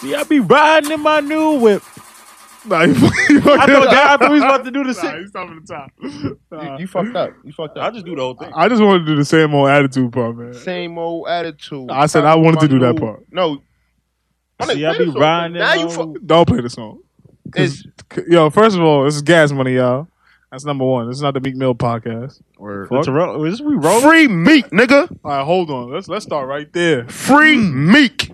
See, I be riding in my new whip. Nah, you, fuck- you I fucked know up. Dad Breeze about to do the Nah, shit. he's stopping the top. You, Nah. you fucked up. You fucked I up. just do the whole thing. I just wanted to do the same old attitude part, man. Same old attitude. I said I wanted to do that Manu- part. No. My See, nigga, I be play the song. riding in Now my you new- fuck. Don't play the song. It's, C- Yo, first of all, this is gas money, y'all. That's number one. This is not the Meek Mill podcast. word. The Toronto, is we rolling? Free meat, nigga. All right, hold on. Let's let's start right there. Free meek.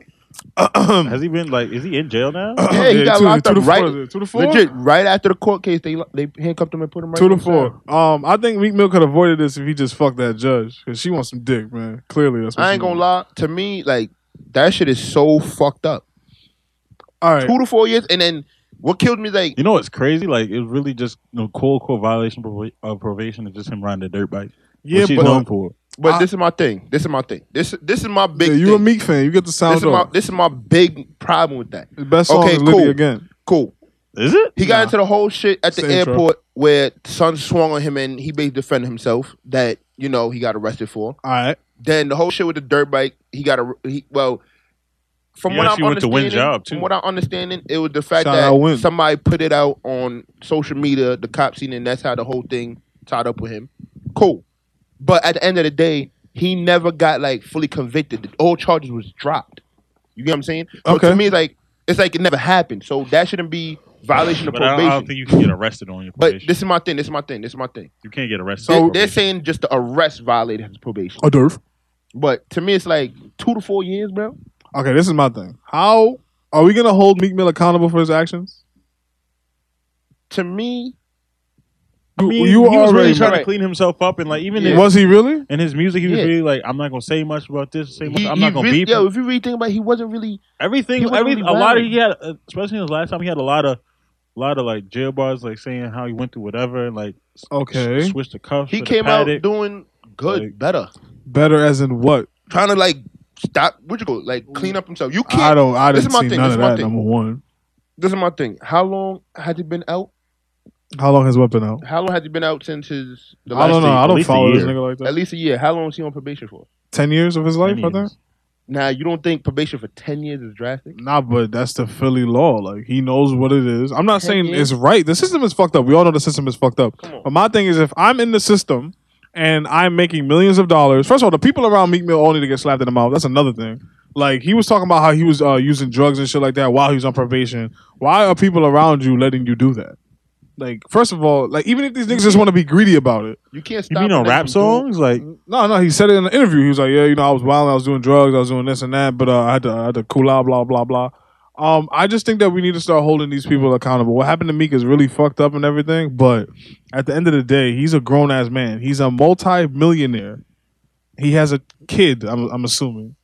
Has he been like? Is he in jail now? Uh, Yeah, he got two, locked two up to right- four. Two to four. Legit, right after the court case, they they handcuffed him and put him right Two to in the cell. four. Um, I think Meek Mill could have avoided this if he just fucked that judge because she wants some dick, man. Clearly, that's what I ain't gonna lie. To me, like that shit is so fucked up. All right, Two to four years, and then what killed me is like You know what's crazy? Like it was really just you know, cool, cool violation provo- of probation and just him riding the dirt bike. yeah, which he's but known for. But I- this is my thing. This is my thing. This this is my big. yeah, you a thing. Meek fan. You get the This sound is my off. this is my big problem with that. His best song Okay, is Libby cool. again. Cool. Is it? He got into the whole shit at the Same truck. airport where Son swung on him and he basically defended himself. That you know he got arrested for. All right, Then the whole shit with the dirt bike. He got a he, well. From He what I'm actually went to Win understanding, Job, too. from what I'm understanding, it was the fact Shout out Win. that somebody put it out on social media, the cop scene, and that's how the whole thing tied up with him. Cool, but at the end of the day, he never got like fully convicted. The whole charges was dropped. You get what I'm saying? So Okay. To me, like it's like it never happened. So that shouldn't be violation of But I don't, probation. I don't think you can get arrested on your but probation. this is my thing. This is my thing. This is my thing. you can't get arrested. So on they're probation. saying just the arrest violated his probation. a derf. But to me, it's like two to four years, bro. Okay, this is my thing. How are we gonna hold Meek Mill accountable for his actions? To me, I You, mean, you he was already really trying to right. clean himself up, and like even Yeah. in, was he really? in his music, he was Yeah. really like, "I'm not gonna say much about this. Say much. he, I'm he not gonna really- beep." yo, him. if you really think about, it, he wasn't really. everything, he wasn't every really a lot of violent. he had, uh, especially his last time, he had a lot of, a lot of like jail bars, like saying how he went through whatever, and like s- Okay. s- switched the cuffs. He for the came out paddock. doing good, Like- better, Better as in what? trying to like stop. What you call it? like clean up himself? You I can't. don't. I This didn't is my see thing, none this of is my that. thing. Number one. This is my thing. How long had he been out? How long has weapon out? How long had he been out since his? The I don't know. year. I At don't least a follow this year. nigga like At that. least a year. How long was he on probation for? Ten years of his life, I Indians. think. Now you don't think probation for ten years is drastic? Nah, but that's the Philly law. Like he knows what it is. I'm not Heck saying yeah. it's right. The system is fucked up. We all know the system is fucked up. Come on. But my thing is, if I'm in the system and I'm making millions of dollars, first of all, the people around Meek Mill all need to get slapped in the mouth. That's another thing. Like he was talking about how he was uh, using drugs and shit like that while he was on probation. Why are people around you letting you do that? Like, first of all, like even if these niggas just want to be greedy about it, You can't You stop. mean on a rap nigga from doing- songs? Like no, no, he said it in the interview. He was like, "Yeah, you know, I was wild, I was doing drugs, I was doing this and that, but uh, I had to, I had to cool out, blah, blah, blah." Um, I just think that we need to start holding these people accountable. What happened to Meek is really fucked up and everything, but at the end of the day, he's a grown ass man. He's a multi-millionaire. He has a kid. I'm, I'm assuming.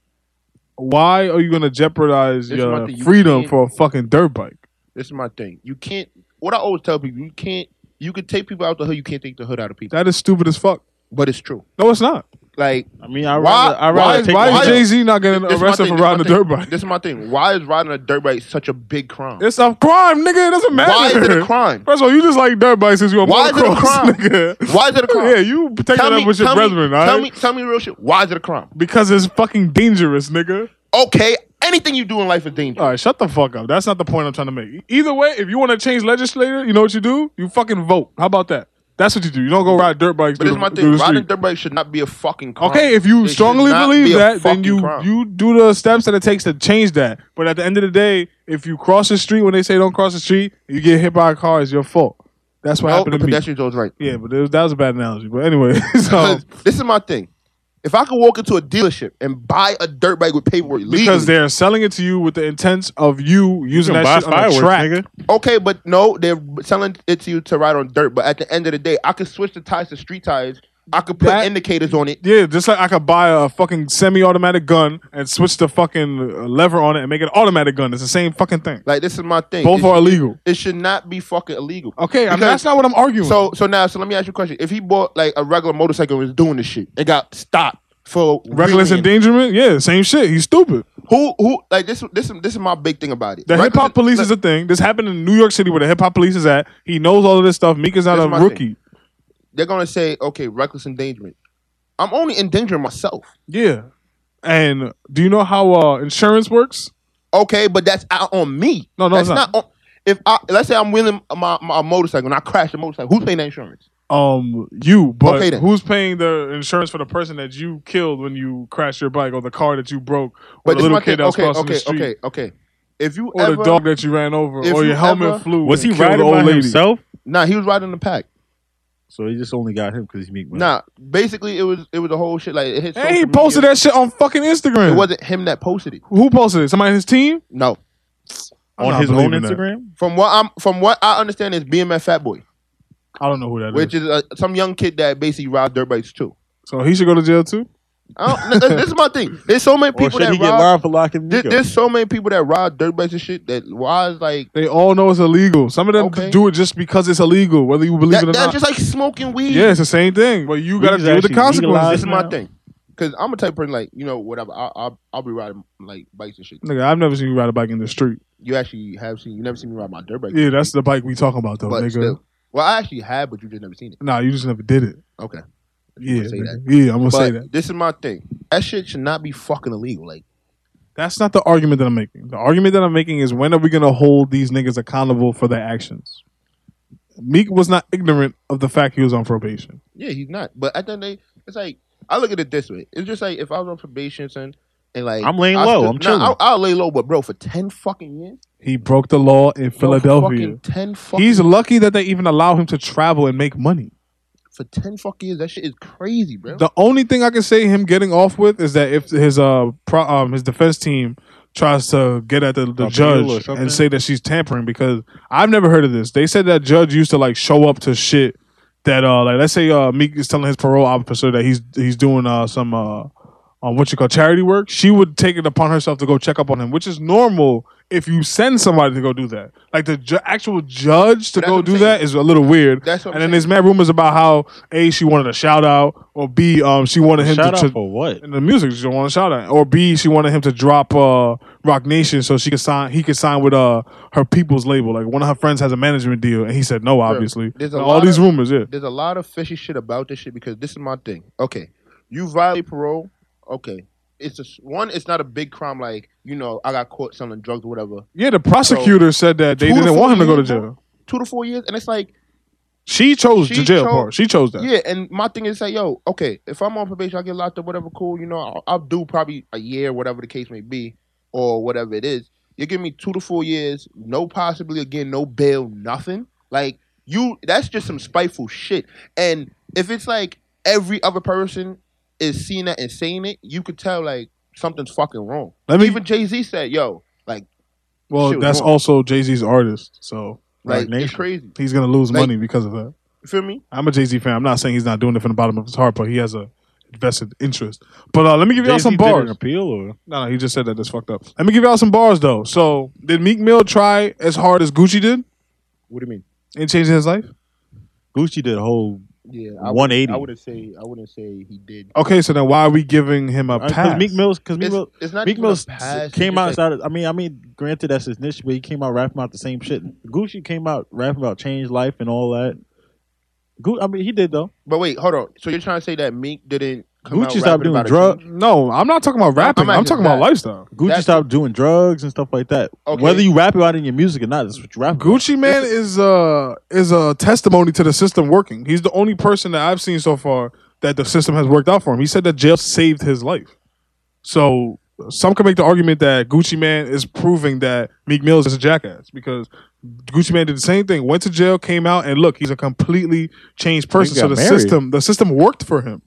Why are you gonna jeopardize This your one thing you freedom can't- for a fucking dirt bike? This is my thing. You can't. What I always tell people, you can't. You can take people out the hood. You can't take the hood out of people. That is stupid as fuck. But it's true. No, it's not. Like I mean, I Why- rather, I rather Why, take why the is hit. Jay Z not getting this is my arrested for thing, this is my riding a thing. dirt bike? This is my thing. Why is riding a dirt bike such a big crime? It's a crime, nigga. It doesn't matter. Why is it a crime? First of all, you just like dirt bikes since you were Why is it a motocross, crime? nigga. Why is it a crime? Yeah, you take that up with your tell brethren, me, all tell right? me, tell me real shit. Why is it a crime? Because it's fucking dangerous, nigga. Okay, anything you do in life is dangerous. All right, shut the fuck up. That's not the point I'm trying to make. E- Either way, if you want to change legislator, you know what you do? You fucking vote. How about that? That's what you do. You don't go ride dirt bikes but through it's the, my through thing. the Riding street. dirt bike should not be a fucking crime. Okay, if It you should strongly not be believe a that, then fucking you crime. you do the steps that it takes to change that. But at the end of the day, if you cross the street when they say don't cross the street, you get hit by a car. It's your fault. That's what Oh, happened the to me. Oh. pedestrian zone's right. Yeah, but it was, that was a bad analogy. But anyway, so 'Cause this is my thing. If I could walk into a dealership and buy a dirt bike with paperwork, because legally- they're selling it to you with the intent of you using can that buy shit on fireworks, a track. nigga. okay, but no, they're selling it to you to ride on dirt. But at the end of the day, I could switch the tires to street tires. I could put That- indicators on it. Yeah, just like I could buy a fucking semi-automatic gun and switch the fucking uh, lever on it and make it an automatic gun. It's the same fucking thing. Like this is my thing. Both it, are illegal. it should not be fucking illegal. Okay, I mean, Because- that's not what I'm arguing. So so now so let me ask you a question. If he bought like a regular motorcycle and was doing this shit and got stopped for reckless wheeling, endangerment, yeah, same shit. He's stupid. who who like this this this is my big thing about it. The hip Reckless- hop police is a thing. This happened in New York City where the hip hop police is at. He knows all of this stuff. Meek is not That's a my thing. rookie. they're gonna say okay reckless endangerment. I'm only endangering myself. Yeah. And do you know how uh, insurance works? Okay, but that's out on me. No, no, that's it's not. on. If I let's say I'm wheeling my, my motorcycle and I crash the motorcycle, who's paying the insurance? Um, you, but Okay, then. who's paying the insurance for the person that you killed when you crashed your bike, or the car that you broke, or But the this little my thing. kid that was okay, crossing okay, the street, okay, okay. If you or ever the dog that you ran over, if or you your helmet ever- flew? Was he and killed riding the old by lady. himself? nah, he was riding the pack. So he just only got him because he's meek. Nah, basically it was it was a whole shit like it hit. And he social posted media. that shit on fucking Instagram. It wasn't him that posted it. Who posted it? Somebody on his team? No, I'm on not his own believing that. Instagram. from what I'm from what I understand is BMF Fat Boy, I don't know who that is. which is uh, some young kid that basically robbed dirt bikes too. So he should go to jail too. I don't, this is my thing. There's so many Or people should that he get rob. live for locking There, Nico? there's so many people that ride dirt bikes and shit that why is like They all know it's illegal. Some of them Okay. do it just because it's illegal, whether you believe that, it or that's not. just like smoking weed. yeah, it's the same thing. But you We got to just deal with the actually legalized consequences. this is my now. thing. Cause I'm a type of person like you know whatever. I, I I'll be riding like bikes and shit. Nigga, I've never seen you ride a bike in the street. You actually have seen. You never seen me ride my dirt bike. Yeah, that's the bike we talking about though, but nigga. still. Well, I actually have, but you just never seen it. Nah, you just never did it. Okay. Yeah, say nigga. yeah, I'm gonna say that. But this is my thing. That shit should not be fucking illegal. Like That's not the argument that I'm making. The argument that I'm making is when are we gonna hold these niggas accountable for their actions? Meek was not ignorant of the fact he was on probation. Yeah, he's not. But at the end of the day, it's like I look at it this way. It's just like if I was on probation son, and like I'm laying I low. still- I'm nah, chilling. I'll, I'll lay low, but bro, for ten fucking years, He broke the law in Yo, Philadelphia. fucking ten fucking He's lucky that they even allow him to travel and make money. for ten fucking years. That shit is crazy, bro. The only thing I can say him getting off with is that if his uh pro, um his defense team tries to get at the, Appeal the or judge something? and say that she's tampering because I've never heard of this. They said that judge used to like show up to shit that uh like let's say uh Meek is telling his parole officer that he's he's doing uh some uh on what you call charity work, she would take it upon herself to go check up on him, which is normal if you send somebody to go do that. Like the ju- actual judge to That's what go I'm do saying. that is a little weird. That's what I'm and then saying. there's mad rumors about how a she wanted a shout out or b um she wanted him Shout to, out to for what? in the music she wanted a shout out or b she wanted him to drop uh Rock Nation so she could sign he could sign with uh her people's label. Like one of her friends has a management deal and he said no, obviously. there's a All lot these of- rumors, yeah. There's a lot of fishy shit about this shit because this is my thing. Okay, you violate parole. Okay, it's just one. It's not a big crime like you know I got caught selling drugs or whatever. Yeah, the prosecutor said that they Two to didn't four want him to go to years, bro? jail. Two to four years, and it's like She chose She the jail chose- part. She chose that. Yeah, and my thing is like, yo, okay, if I'm on probation, I get locked up, whatever, cool. You know, I'll, I'll do probably a year, whatever the case may be, or whatever it is. You give me two to four years, no possibly again, no bail, nothing. Like you, that's just some spiteful shit. And if it's like every other person is seeing that and saying it, you could tell like something's fucking wrong. Let me Even Jay Z said, yo, like, Well, Shit was that's wrong. also Jay Z's artist, so Roc like it's Nation. crazy. he's gonna lose Like- money because of that. You feel me? I'm a Jay Z fan. I'm not saying he's not doing it from the bottom of his heart, but he has a vested interest. But uh, let me give y'all Jay-Z some did an bars. Appeal or No, no, he just said that. That's fucked up. Let me give y'all some bars though. So, did Meek Mill try as hard as Gucci did What do you mean? in changing his life? Gucci did a whole Yeah, I I would- 180. I wouldn't say I wouldn't say he did. Okay, so then why are we giving him a because pass? Meek Mill's because Meek It's, Mill it's not Meek even Mill a pass, it's came just out. like- started- I mean, I mean, granted that's his niche, but he came out rapping about the same shit. Gucci came out rapping about change life and all that. Gu- I mean, he did though. But wait, hold on. So you're trying to say that Meek didn't come out Gucci stopped rapping doing about a drug. change? no, I'm not talking about rapping. I'm, I'm talking about that. lifestyle. Gucci That's- stopped doing drugs and stuff like that. Okay. Whether you rap about it in your music or not, that's what you rap. About. Gucci man is uh is a testimony to the system working. He's the only person that I've seen so far that the system has worked out for him. He said that jail saved his life. So some can make the argument that Gucci man is proving that Meek Mill is a jackass because Gucci man did the same thing, went to jail, came out, and look, he's a completely changed person. So got the married. system the system worked for him.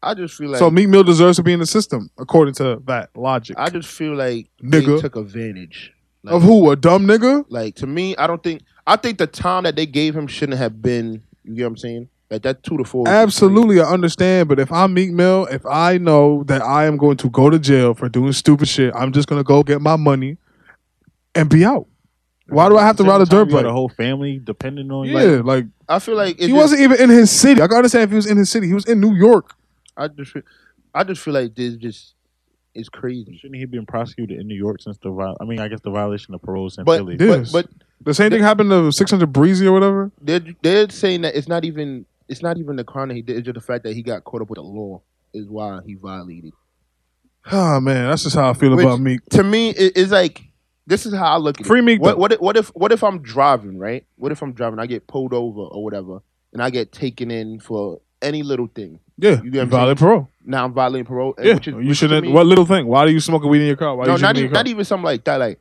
I just feel like so Meek Mill deserves to be in the system according to that logic. I just feel like Nigga. they took advantage. Like, of who a dumb nigga? Like to me, I don't think I think the time that they gave him shouldn't have been. You get what I'm saying? Like that two to four. was Absolutely, I understand. But if I'm Meek Mill, if I know that I am going to go to jail for doing stupid shit, I'm just gonna go get my money and be out. Why do I have to Same ride a time, dirt you had bike? A whole family depending on you. Yeah, like crazy. I feel like it he just- wasn't even in his city. I can understand if he was in his city. He was in New York. I just feel, I just feel like this just is crazy. Shouldn't he been prosecuted in New York since the viol- I mean, I guess the violation of parole in But Philly. Yes. but, but The same thing happened to 600 Breezy or whatever. they're they're saying that it's not even it's not even the crime that he did. It's just the fact that he got caught up with the law is why he violated. Oh man, that's just how I feel Which- about Meek. to me, it, it's like this is how I look at Free it. Meek, What, though. what if what if what if I'm driving, right? What if I'm driving, I get pulled over or whatever, and I get taken in for any little thing. Yeah, You you get what I'm violent parole. Now I'm violating parole. and Yeah, which is- you which to shouldn't. me- What little thing? Why do you smoke weed in your car? Why no, you shooting not in even, your car? not even something like that. Like,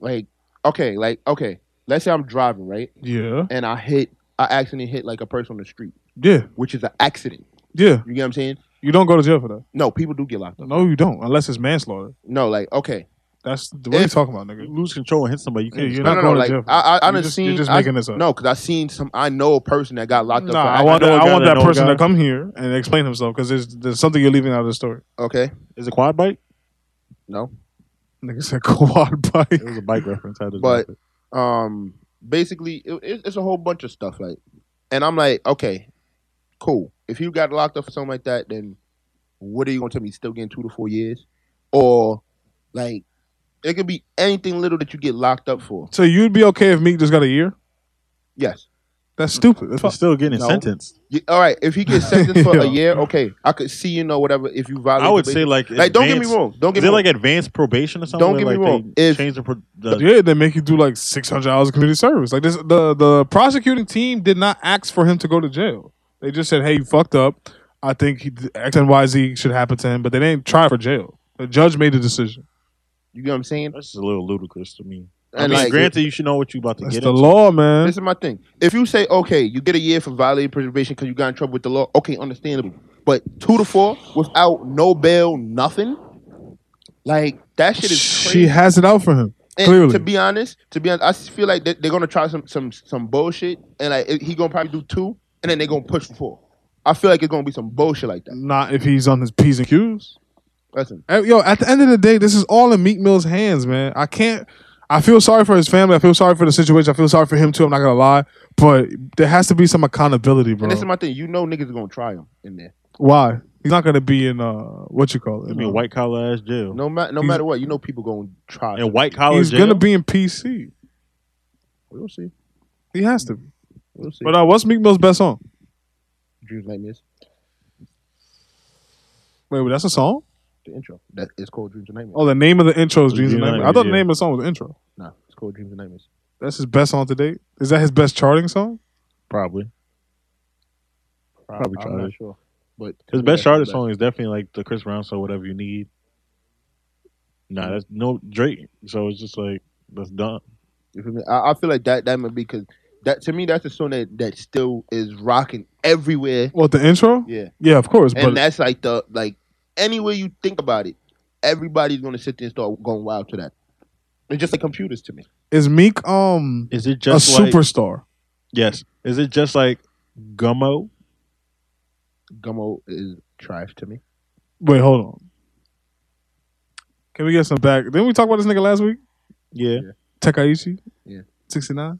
like okay, like okay. Let's say I'm driving, right, yeah, and I hit, I accidentally hit like a person on the street, yeah, which is an accident. yeah. You get what I'm saying? You don't go to jail for that. No, people do get locked up. No, you don't, unless it's manslaughter. No, like okay, That's the what you If- talking about, nigga. You lose control and hit somebody. You Yeah, can't. you're no, not no, no. going Like to jail. For I, I, I You're done just- seen. you're just I- making this up. No, because I seen some. I know a person that got locked Nah, up. I for want know a that, I guy want that that know a person guy. to come here and explain himself because there's, there's something you're leaving out of the story. Okay, Is it quad bike? no. Nigga said quad bike. It was a bike reference. I had to But- drop it. Um, basically, it, it, it's a whole bunch of stuff. Like, and I'm like, okay, cool. If you got locked up for something like that, then what are you gonna tell me? You still getting two to four years, or like it could be anything little that you get locked up for. So you'd be okay if Meek just got a year? Yes. That's stupid. That's You're still getting No. sentenced. You- all right. If he gets sentenced for Yeah. a year, okay, I could see you know whatever. If you violate, I would the say like basic- like don't get me advanced- wrong. Don't Is get it me like wrong. advanced probation or something? Don't where, get me like, wrong. They If- change the, pro- the yeah, they make you do like 600 hours of community service. Like this, the the prosecuting team did not ask for him to go to jail. They just said, "Hey, you fucked up. I think he, X and Y Z should happen to him," but they didn't try for jail. The judge made the decision. you get what I'm saying? That's just a little ludicrous to me. And I mean, like, granted, you should know what you about to That's get the into. law, man. This is my thing. If you say, okay, you get a year for violating probation because you got in trouble with the law, okay, understandable. But two to four without no bail, nothing, like that shit is crazy. She has it out for him. and clearly. to be honest, to be honest, I s- feel like they, they're gonna try some some some bullshit, and like it- he gonna probably do two, and then they're gonna push for four. I feel like it's gonna be some bullshit like that. Not if he's on his p's and q's. Listen, Uh, Yo, at the end of the day, this is all in Meek Mill's hands, man. I can't. I feel sorry for his family. I feel sorry for the situation. I feel sorry for him too. I'm not gonna lie, but there has to be some accountability, bro. and this is my thing. You know, niggas gonna try him in there, Why he's not gonna be in uh what you call it? uh, It'd be a white collar ass jail. no matter no He's- matter what. You know, people gonna try. And white collar He's jail. gonna be in PC. We'll see. He has to. Be. We'll see. But uh, what's Meek Mill's best song? Dreams nightmares. Wait, wait, that's a song. The intro. That is called Dreams and Nightmares. Oh, the name of the intro is Dreams and Dreams and Nightmares. I thought the Nightmares, name of the song was intro. Nah, it's called Dreams and Nightmares. That's his best song to date. Is that his best charting song? Probably. Probably I'm tried not it. sure. But His yeah, best that's charted best. song is definitely like the Chris Brown song, Whatever You Need. Mm. Nah, that's no Drake. So it's just like, that's dumb. You feel me? I, I feel like that that might be because that to me that's the song that, that still is rocking everywhere. What the intro? Yeah, Yeah, of course. and But that's like the like anywhere you think about it, everybody's gonna sit there and start going wild to that. It's just like computers to me. is Meek um Is it a just like. superstar? Yes. Is it just like Gummo? Gummo is trash to me. Wait, hold on. Can we get some back? Didn't we talk about this nigga last week? Yeah. Takaichi? Yeah. 69?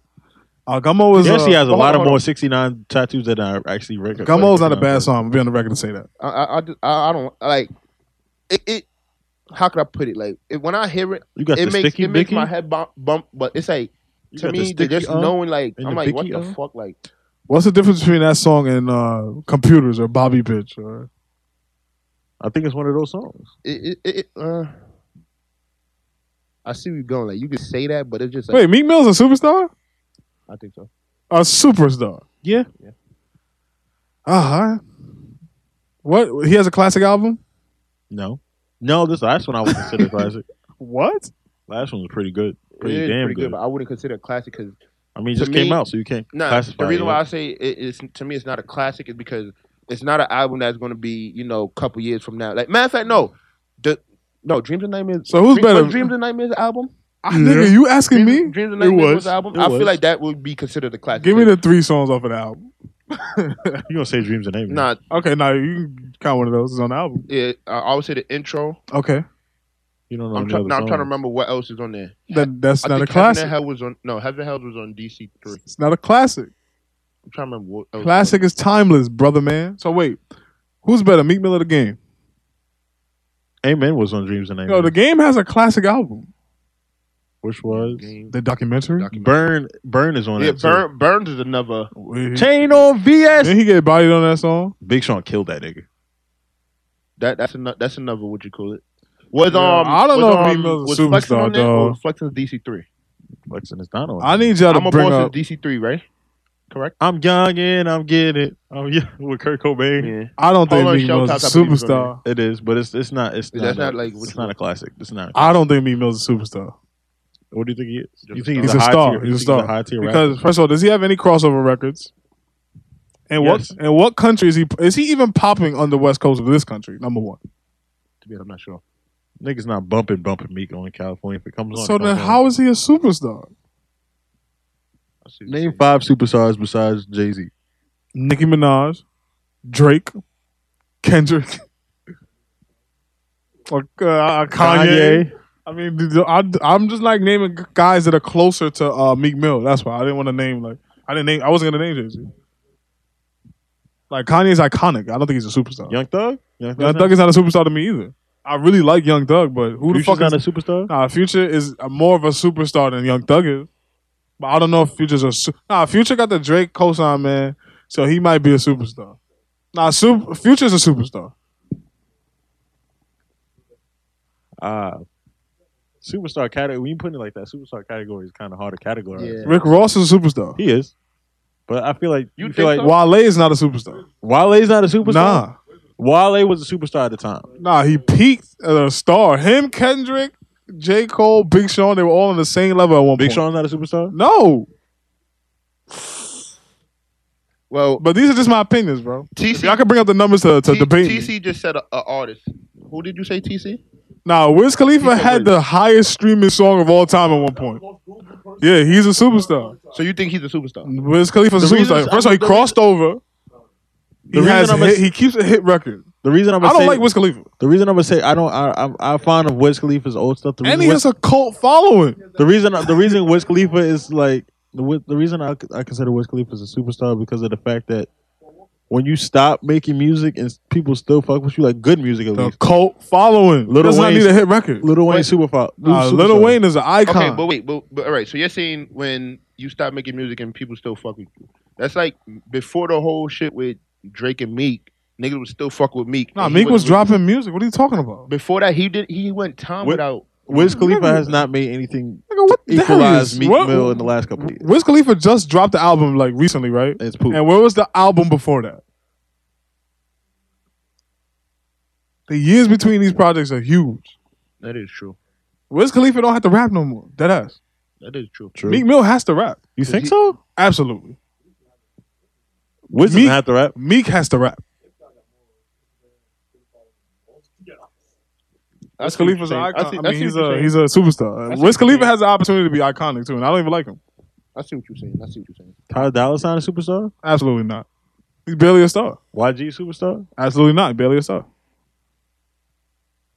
Uh, Gummo was. He actually uh, has a hold on, lot of hold on. more 69 tattoos than I actually uh, recognize. Gummo's not a bad song. I'm be on the record to say that. I I I, just- I, I don't like it. it how could I put it? Like it, when I hear it, You got it the makes sticky it makes bicky. my head bump, bump but it's like You to got the me sticky just up knowing like and I'm the uh? like what bicky the up. fuck like What's the difference between that song and uh, Computers or Bobby Bitch? Or... I think it's one of those songs. it, it, it uh, I see where you're going. Like you could say that, but it's just like Wait, Meek Mill's a superstar? I think so. A superstar. Yeah. Uh huh. What? He has a classic album? No. No, this last one I would consider classic. What? Last one was pretty good. Pretty it is damn pretty good. good. but I wouldn't consider it a classic because I mean, it To just came me- out, so you can't nah. classify the reason it. why I say it is to me it's not a classic is because it's not an album that's going to be you know a couple years from now. Like matter of fact, no, the no Dreams and Nightmares. So who's Dream- better? was Dreams and Nightmares album? Ah, Yeah. Nigga, you asking Dreams, me? Dreams and It Nightmares was, was. the album. It I was. feel like that would be considered a classic. Give me the three songs off of the album. You're going to say Dreams and Nightmares. nah. Okay, now you can count one of those. It's on the album. It, I I would say the intro. Okay. You don't Oh, know I'm, any try- other no, I'm trying to songs. remember what else is on there. That, that's I not a think Heaven and classic. Hell was on. No, Heaven and Hell was on DC three. It's not a classic. I'm trying to remember what else was on Classic is timeless, brother man. So wait, who's better, Meek Mill or the Game? Amen was on Dreams and Yo, Nightmares. the Game has a classic album. which was Game. The documentary. Doc- Burn. Burn is on Yeah, that. too. Burn, Burns is another. Wait. Chain on VS. Didn't he get bodied on that song? Big Sean killed that nigga. That that's another. That's another. What you call it? Was Yeah, um I don't was, know if um, B Mills was a Flexen superstar, on there or dog. was Flexen's DC three? Flexing is not on. I need y'all to I'm a bring boss up. is DC three, right? Correct? I'm young and I'm getting it. Oh yeah, with Kurt Cobain. Yeah. I don't think Hold on, Meek Mill's Showtime, I a believe it's on superstar. It is, but it's it's not. It's not, That's not a, like- It's not a classic. It's not. I don't think Meek Mill's a superstar. What do you think he is? Just You think a high star. tier- He's a you think star. high tier rapper? Because first of all, does he have any crossover records? And Yes. what and what country is he is he even popping on the west coast of this country? Number one. To be honest, I'm not sure. Niggas not bumping bumping Meek on in California. If it comes on, So it then, comes on. how is he a superstar? I see what you're name saying. five superstars besides Jay Z? Nicki Minaj, Drake, Kendrick, or, uh, Kanye. I mean, th- th- I, am just like naming g- guys that are closer to uh, Meek Mill. That's why I didn't want to name like I didn't name I wasn't gonna name Jay Z. Like Kanye's iconic. I don't think he's a superstar. Young Thug. Young Young Thug is not a superstar to me either. I really like Young Thug, but who the Future's not fuck is a superstar? Nah, Future is more of a superstar than Young Thug is. But I don't know if Future's a su- Nah, Future got the Drake cosign, man. So he might be a superstar. Nah, su- Future's a superstar. Ah. Superstar category. When you put it like that, superstar category is kind of hard to categorize. Yeah. Rick Ross is a superstar. He is, but I feel like You you, feel like think Wale is not a superstar. Wale's not a superstar. Nah, Wale was a superstar at the time. nah, he peaked as a star. Him, Kendrick, J. Cole, Big Sean, they were all on the same level at one Big point. Sean's not a superstar. No, Well, but these are just my opinions, bro. If y'all TC, can bring up the numbers to, to T- debate. me. TC just said a, a artist. Who did you say TC? Nah, Wiz Khalifa He's a had Wiz. the highest streaming song of all time at one point. Yeah, he's a superstar. So you think he's a superstar? Wiz Khalifa's a The reason- superstar. First of all, he the crossed over. He The reason has I'm hit, a- he keeps a hit record. The reason I'm I gonna don't say like Wiz Khalifa, the reason I'm gonna say I don't I I, I find of Wiz Khalifa's old stuff. The reason and he Wiz- has a cult following. The reason the reason Wiz Khalifa is like the wi- the reason I, I consider Wiz Khalifa as a superstar because of the fact that when you stop making music and people still fuck with you like good music at The least. cult following. Lil Little does not Wayne's- need a hit record. Little Wayne Wait. superstar. Nah, Little Wayne is an icon. Okay, but wait, but, but all right. So you're saying when you stop making music and people still fuck with you? That's like before the whole shit with Drake and Meek. Niggas was still fuck with Meek. nah, and he Meek was wasn't with- dropping music. What are you talking about? Before that, he did. He went time Wi- without. Wiz Khalifa has not made anything Nigga, what the hell equalize is Meek what- Mill in the last couple of years. Wiz Khalifa just dropped the album like recently, right? It's poop. And where was the album before that? The years between these projects are huge. That is true. Wiz Khalifa don't have to rap no more. Dead ass. That is true. True. Meek Mill has to rap. you think he- so? Absolutely. Wiz Meek- doesn't have to rap. Meek has to rap. I Wiz see what you're Khalifa's an saying. icon. I, I see- I mean, see he's what you're a saying. he's a superstar. I see Wiz what you're Khalifa saying. has the opportunity to be iconic too, and I don't even like him. I see what you're saying. I see what you're saying. Tyler Dallas not a superstar. Absolutely not. He's barely a star. YG superstar. Absolutely not. Barely a star.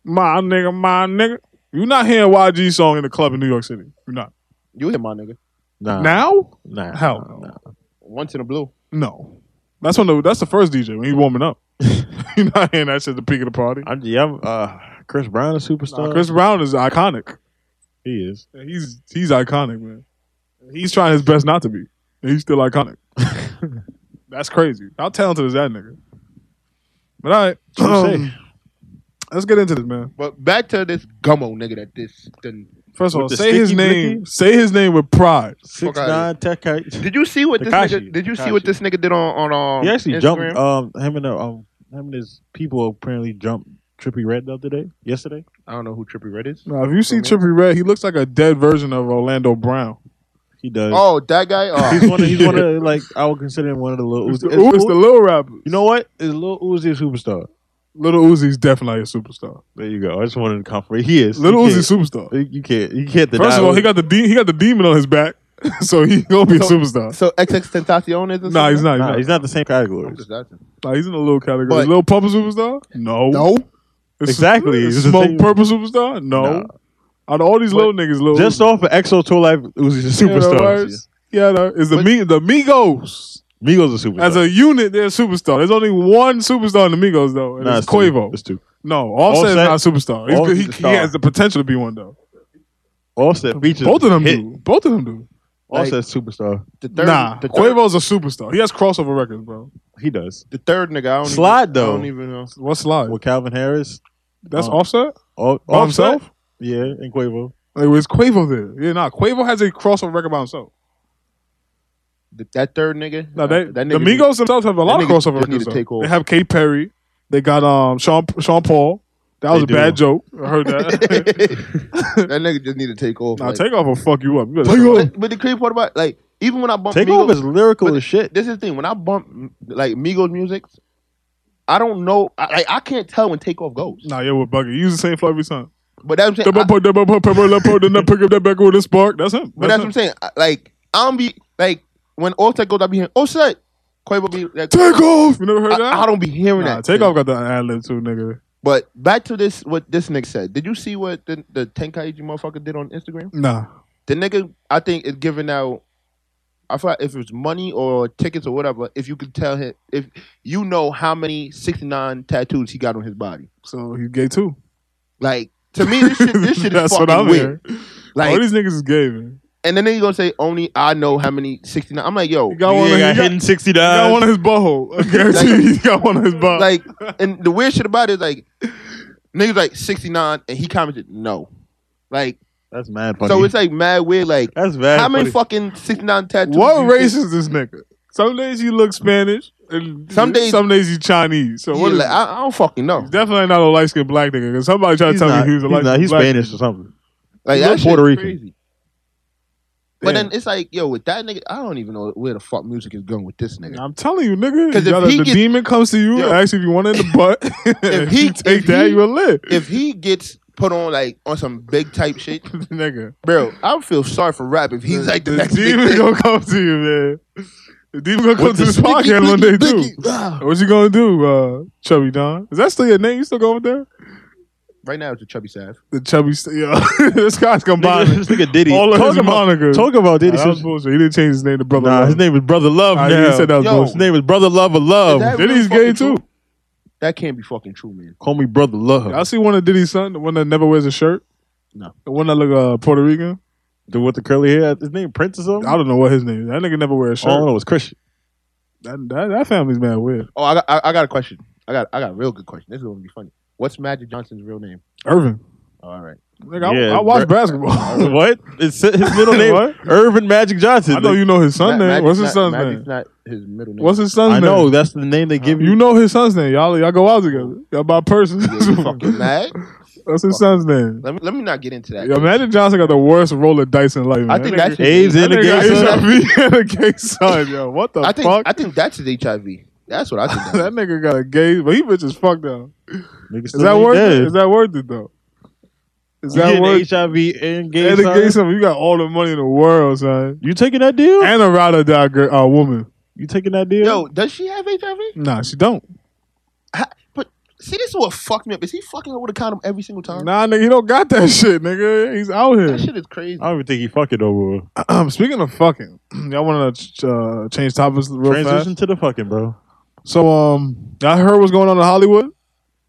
My nigga, my nigga. You're not hearing YG song in the club in New York City. You're not. You hit my nigga Nah. now? Nah. Hell nah, no. nah. once in a blue. No. That's when the that's the first DJ when he's warming up. you're not hearing that shit at the peak of the party. I'm, yeah. I'm, uh, Chris Brown a superstar. Nah, Chris Brown is iconic. he is. Yeah, He's he's iconic, man. He's trying his best not to be. And he's still iconic. That's crazy. How talented is that nigga? But all right, Touche. um, let's get into this, man. But back to this gummo nigga that this. Then, First of With all, the say his sticky name. blicky? Say his name with pride. Six outta nine tech height. did you see what this Tekashi. nigga? Did you see what Tekashi. this nigga did on on um? he actually Instagram? jumped. Um, him and uh, um, him and his people apparently jumped Trippy Red the other day. Yesterday, I don't know who Trippy Red is. Now, if you see Oh, man. Trippy Red, he looks like a dead version of Orlando Brown. he does. Oh, that guy. Oh. He's one. Of, he's one of like I would consider him one of the little. It's Uzi. the, Ooh, it's the little rapper. you know what? Is little Uzi a superstar? Little Uzi's definitely a superstar. There you go. I just wanted to confirm. He is. Little you Uzi's superstar. Can't, you can't. You can't deny. First of all, he it. got the de- he got the demon on his back, so he gonna be a So- superstar. so XX Tentacion is. Nah, he's not. He's Nah, not. he's not the same I'm category. just asking. Nah, he's in a little category. But- little Pump a superstar? No. No. Is- Exactly. is It's the Smoke same- Purple superstar? No. Nah. Out of all these But little niggas, little Just off of EXO Tour Life, Uzi's a superstar. Yeah, no. Is the But- Mi- the Migos Migos a superstar. as a unit? They're a superstar. There's only one superstar in the Migos though, and Nah, it's two. Quavo. It's two. No, Offset- Offset's not a superstar. He's, Offset's he, a he star. has the potential to be one though. Offset features. Both of them hit. do. Both of them do. Offset superstar. The third, nah, the third, Quavo's a superstar. He has crossover records, bro. He does. the third nigga. I don't Slide, even, though. I don't even know. What's live? With Calvin Harris, That's Oh. Offset. All, by himself. Yeah, and Quavo. Like, was Quavo there? Yeah, nah. Quavo has a crossover record by himself. Th- that third nigga. Now uh, they, that nigga the need- Migos themselves have a lot of nigga crossover just need records. to though. take over. They have Katy Perry. They got um Sean Sean Paul. That was They a do. bad joke. I heard that. that nigga just need to take off. now like- take off will fuck you up. You better Take shut off. But, but the crazy part about like even when I bump Take Migos, off is lyrical but- as shit. this is the thing. When I bump like Migos music, I don't know. I, like I can't tell when Takeoff goes. Nah, yeah, we're bugging. You use the same flow every time. But that's what I'm Double saying. I- pump, double pump, pepper, left pump, then I pick up that back with a spark. That's him. but that's what him. I'm saying. I- Like I don't be like when Offset goes, I be hearing Offset. Quavo be like, Take off. You never heard that? I, I don't be hearing nah, that. Take shit. off got the ad lib too, nigga. But back to this, what this nigga said. Did you see what the, the Tenkaichi motherfucker did on Instagram? Nah. The nigga, I think, is giving out. I thought if it's money or tickets or whatever, if you could tell him, if you know how many sixty nine tattoos he got on his body, So he's gay too. like to me, this shit, this shit is That's fucking what I'm weird. hearing. Like, All these niggas is gay, man. and then they gonna say only I know how many sixty nine. I'm like, yo, He got one. Nigga He got got, he hitting sixty got one dollars. in his butthole. I guarantee Uh, Like- you he got one in his butthole. like, and the weird shit about it is like, niggas like sixty nine, and he commented no, like, That's mad funny. so it's like mad weird, like. that's mad. How many funny. fucking sixty nine tattoos? What you race think- is this nigga? Some days he looks Spanish, and Some days- some days he's Chinese. So Yeah, what is? like, I, I don't fucking know. he's definitely not a light skinned black nigga. Because somebody tried to He's tell not, me he was a he's light not- skinned he's black. Spanish or something. Like He's that not shit's Puerto Rican. crazy. But Damn. then it's like, yo, with that nigga, I don't even know where the fuck music is going with this nigga. I'm telling you, nigga. 'Cause you if gotta- he the gets- demon comes to you, Yo. asks if you want it in the butt. if he- you take if that, he- you will live, If he gets put on like on some big type shit, nigga. bro, I feel sorry for rap if he's like the, next big demon thing. gonna come to you, man. The demon gonna come With to the this sticky, podcast one day blicky, too. blicky. Ah. What you gonna do, uh, Chubby Don? Is that still your name? You still going with that? Right now it's a chubby sav. The Chubby, st- yo, this guy's Nigga, combining this nigga Diddy. all of Talk his about, monikers. talk about Diddy. Nah, that was bullshit. He didn't change his name to brother. nah, Love. his name is Brother Love I now. didn't say that was Yo. His bullshit. name is Brother Love of Love. Is that Diddy's really gay fucking too. true? That can't be fucking true, man. Call me Brother Love. I see one of Diddy's son, the one that never wears a shirt. No. the one that look uh, Puerto Rican. Dude with the curly hair. His name Prince or something. I don't know what his name. is. That nigga never wears a shirt. All I know is Christian. That, that that family's mad weird. Oh, I got, I, I got a question. I got, I got a real good question. This is gonna be funny. What's Magic Johnson's real name? Irvin. All right, Nigga, Yeah, I, I watch bro. basketball. I what? It's his middle name. What? Irvin Magic Johnson. know you know his son's Ma- name. Magic's What's his not- son's Magic's name? not his middle name. What's his son's I name? know that's the name they give you. You know his son's name. Y'all y'all go out together. Y'all by person. Yeah, you fucking mad? That's his son's name. Let me, let me not get into that. Yo, Magic Johnson got the worst roll of dice in life. Man. I think that that's AIDS nigga- and a that gay nigga son. got HIV and a gay son. Yo, what the I think fuck? I think that's his HIV. That's what I think. That that is. nigga got a gay, but he bitch is fucked up. Nigga Is still that ain't worth dead. it? Is that worth it though? Is You that getting worth? HIV and gay, And the gay son? son, you got all the money in the world, son. You taking that deal? And a ride or die girl, uh, woman. you taking that deal? Yo, does she have HIV? Nah, she don't. See, this is what fucked me up. Is he fucking her with a condom every single time? Nah, nigga, he don't got that shit, nigga. He's out here. That shit is crazy. I don't even think he fucking over. Speaking of fucking, y'all want to uh, change topics real Transition fast? to the fucking, bro. So, um, y'all heard what's going on in Hollywood?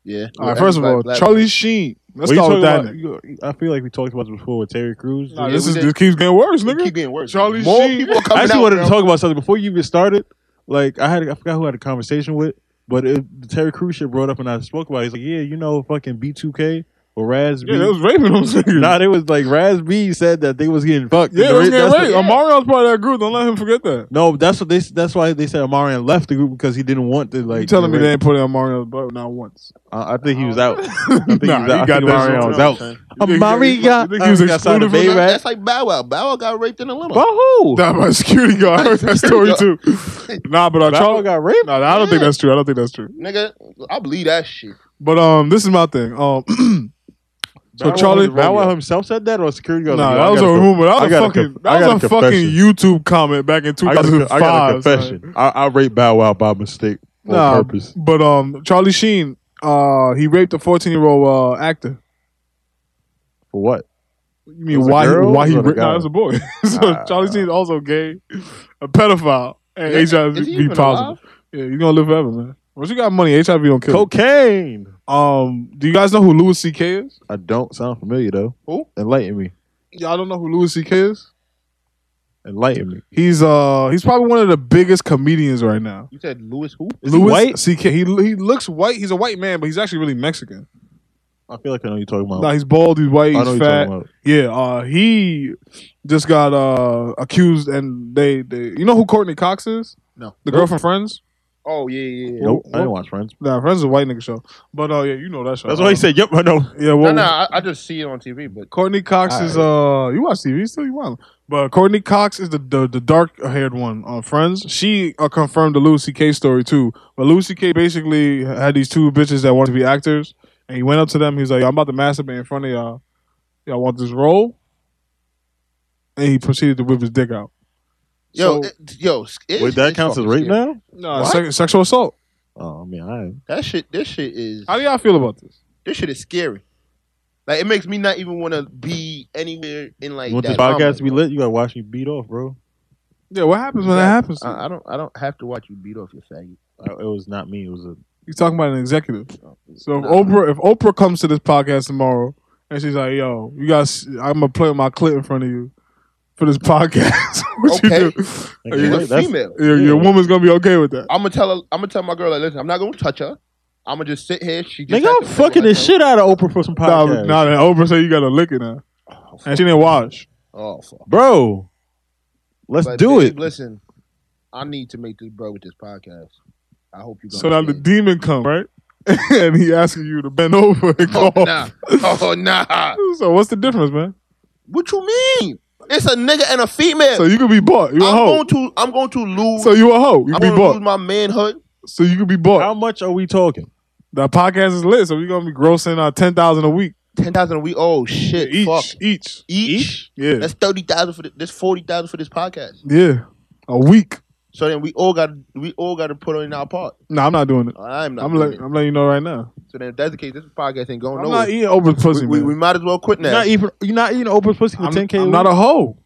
yeah. All right, first of all, Charlie Sheen. Let's What you start with that. talking nigga. about? I feel like we talked about this before with Terry Crews. Nah, Yeah, this we is did. this keeps getting worse, Nigga. nigga. Keep getting worse. Charlie More Sheen. people are I coming actually out, wanted bro. to talk about something before you even started. Like I had, I forgot who I had a conversation with, but it, the Terry Crews shit brought up, and I spoke about. it. He's like, yeah, you know, fucking B2K or Raz B. Yeah, they was raping those niggas. nah, they was like Raz B said that they was getting fucked. yeah, The they was re- getting that's the- raped. Amarion's part of that group. Don't let him forget that. No, that's what they. That's why they said Amarian left the group because he didn't want to. Like you telling the me they rape. ain't put it on Mario's butt not once? I, I think he was out. I think Nah, he was you out. I got think that Amarian shit. was out. You think- Amarian. you think he was I got signed to excluded from Bay that? Rat. That's like Bow Wow. Bow Wow got raped in a limo. By who? Nah, by security guard. I heard that story too. Nah, but uh, Charlie Charlie. got raped. Nah, I don't think Yeah. that's true. I don't think that's true. Nigga, I believe that shit. But um, this is my thing. Um, So Bow Wow Charlie- was- Bow Wow Romeo. himself said that, or security nah, guard? that was a rumor. That I was a got a fucking. conf- I That was got a a fucking confession. YouTube comment back in I got, a, 2005. I got a son. confession. I, I raped Bow Wow by mistake on Nah, purpose. but um, Charlie Sheen. Uh, he raped a 14 year old uh, actor. For what? You mean Was it why? He, girl why he? or the Ra- nah, guy? it's a boy. so Ah. Charlie Sheen also gay, a pedophile, and Is- HIV is he even positive. alive? Yeah, you're gonna live forever, man. Once you got money, HIV don't kill. Cocaine. you. Um, do you guys know who Louis C.K. is? I don't sound familiar though. Who? Enlighten me. Y'all don't know who Louis C.K. is? Enlighten me. He's uh, he's probably one of the biggest comedians right now. You said Louis who? Is he Louis white? C.K. He he looks white. He's a white man, but he's actually really Mexican. I feel like I know you're talking about. Nah, he's bald, he's white, Oh. I know he's you're fat. talking about. Yeah, uh, he just got uh, accused, and they, they, you know who Courtney Cox is? No. the girl from Friends. Oh yeah, yeah. yeah. Nope, I Whoop, didn't watch Friends. Nah, Friends is a white nigga show, but uh, yeah, you know that show. That's why he said, "Yep, I know." Yeah, No, well, no, I, I just see it on TV, but Courtney Cox is uh, you watch TV still, you wild. But Courtney Cox is the the, the dark haired one on Friends. She uh, confirmed the Lucy K story too. But Lucy K basically had these two bitches that wanted to be actors, and he went up to them. He was like, "I'm about to masturbate in front of y'all. Y'all want this role?" And he proceeded to whip his dick out. yo, So- it- yo, it's- Wait, that it's counts as fucking rape scary. now? No, What? sex- sexual assault. Oh, I mean, I ain't. That shit, this shit is How do y'all feel about this? this shit is scary. Like it makes me not even want to be anywhere in like you want that this podcast to drama. be lit? You gotta watch me beat off, bro. Yeah, what happens when that Yeah, uh, happens? I, I don't, I don't have to watch you beat off your faggot. I, it was not me. It was a. He's talking about an executive. So if Nah. Oprah, if Oprah comes to this podcast tomorrow and she's like, "Yo, you guys, I'm gonna play my clip in front of you for this podcast," what you Okay. do? Like, Yeah, She's right? a That's- female. Your, your Yeah. woman's gonna be okay with that. I'm gonna tell her. I'm gonna tell my girl like, listen, I'm not gonna touch her. I'm gonna just sit here. She just Nigga, has I'm to fucking feel the like- shit out of Oprah for some Nah, podcast, nah, that Oprah said you gotta lick it now, Oh, fuck. and she didn't wash. Oh, fuck. bro. Let's But, do babe, it. Listen, I need to make this bro with this podcast. I hope you. So now the understand. demon come right, and he asking you to bend over and go. Oh nah. Oh nah. So what's the difference, man? What you mean? It's a nigga and a female. So you could be bought. You a I'm hoe. going to I'm going to lose So you a hoe. You could be I'm going to lose bought. my manhood. So you could be bought. How much are we talking? That podcast is lit. So we're gonna be grossing uh, ten thousand a week Ten thousand a week. Oh shit. each. Fuck. Each. Each? Yeah. That's thirty thousand for the, that's forty thousand for this podcast. yeah. A week. So then we all got we all got to put in our part. No, I'm not doing it. I'm not. I'm doing let, it. I'm letting you know right now. So then if that's the case, this podcast ain't going I'm nowhere. not eating Oprah's pussy. we, we, man. we might as well quit You're now. not even. You're not eating Oprah's pussy for I'm, 10k. I'm not a hoe.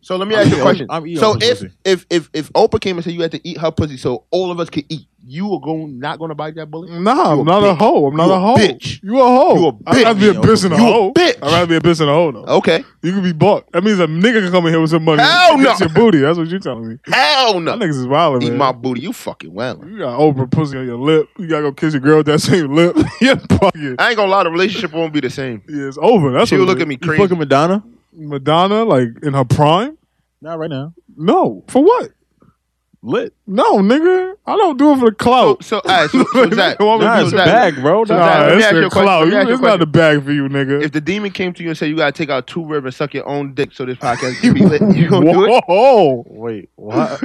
So let me I'm ask you a eating- question. I'm eating so Oprah's if, pussy. if if if Oprah came and said you had to eat her pussy, so all of us could eat, you are going not going to bite that bullet. Nah, I'm You a not a bitch. hoe. I'm not You a a hoe. bitch. You a hoe. You a I'd rather be a bitch. bitch than a You a hoe. bitch. I'd rather be a bitch than a hoe though. Okay. You could be bought. That means a nigga can come in here with some money. Hell It's no. your booty. That's what you telling me. Hell That no. niggas is wild, Eat man. my booty. You fucking wild. you got Oprah pussy on your lip. You gotta go kiss your girl with that same lip. yeah, fuck it. I ain't gonna lie, the relationship won't be the same. Yeah, it's over. That's she what would it look is. at me You crazy. fucking Madonna? Madonna, like in her prime? Not right now. No. For what? Lit. No, nigga. I don't do it for the So, clout. Oh, so, all right, so, so Zach, Nah, Nah, so it's a Zach, bag, bro. So Nah. Zach, nah, let me it's ask you the a question. clout. Let me ask you a It's not question. the bag for you, nigga. if the demon came to you and said you gotta take out two rivers and suck your own dick so this podcast can be lit, you gonna do it? Whoa. Wait, what?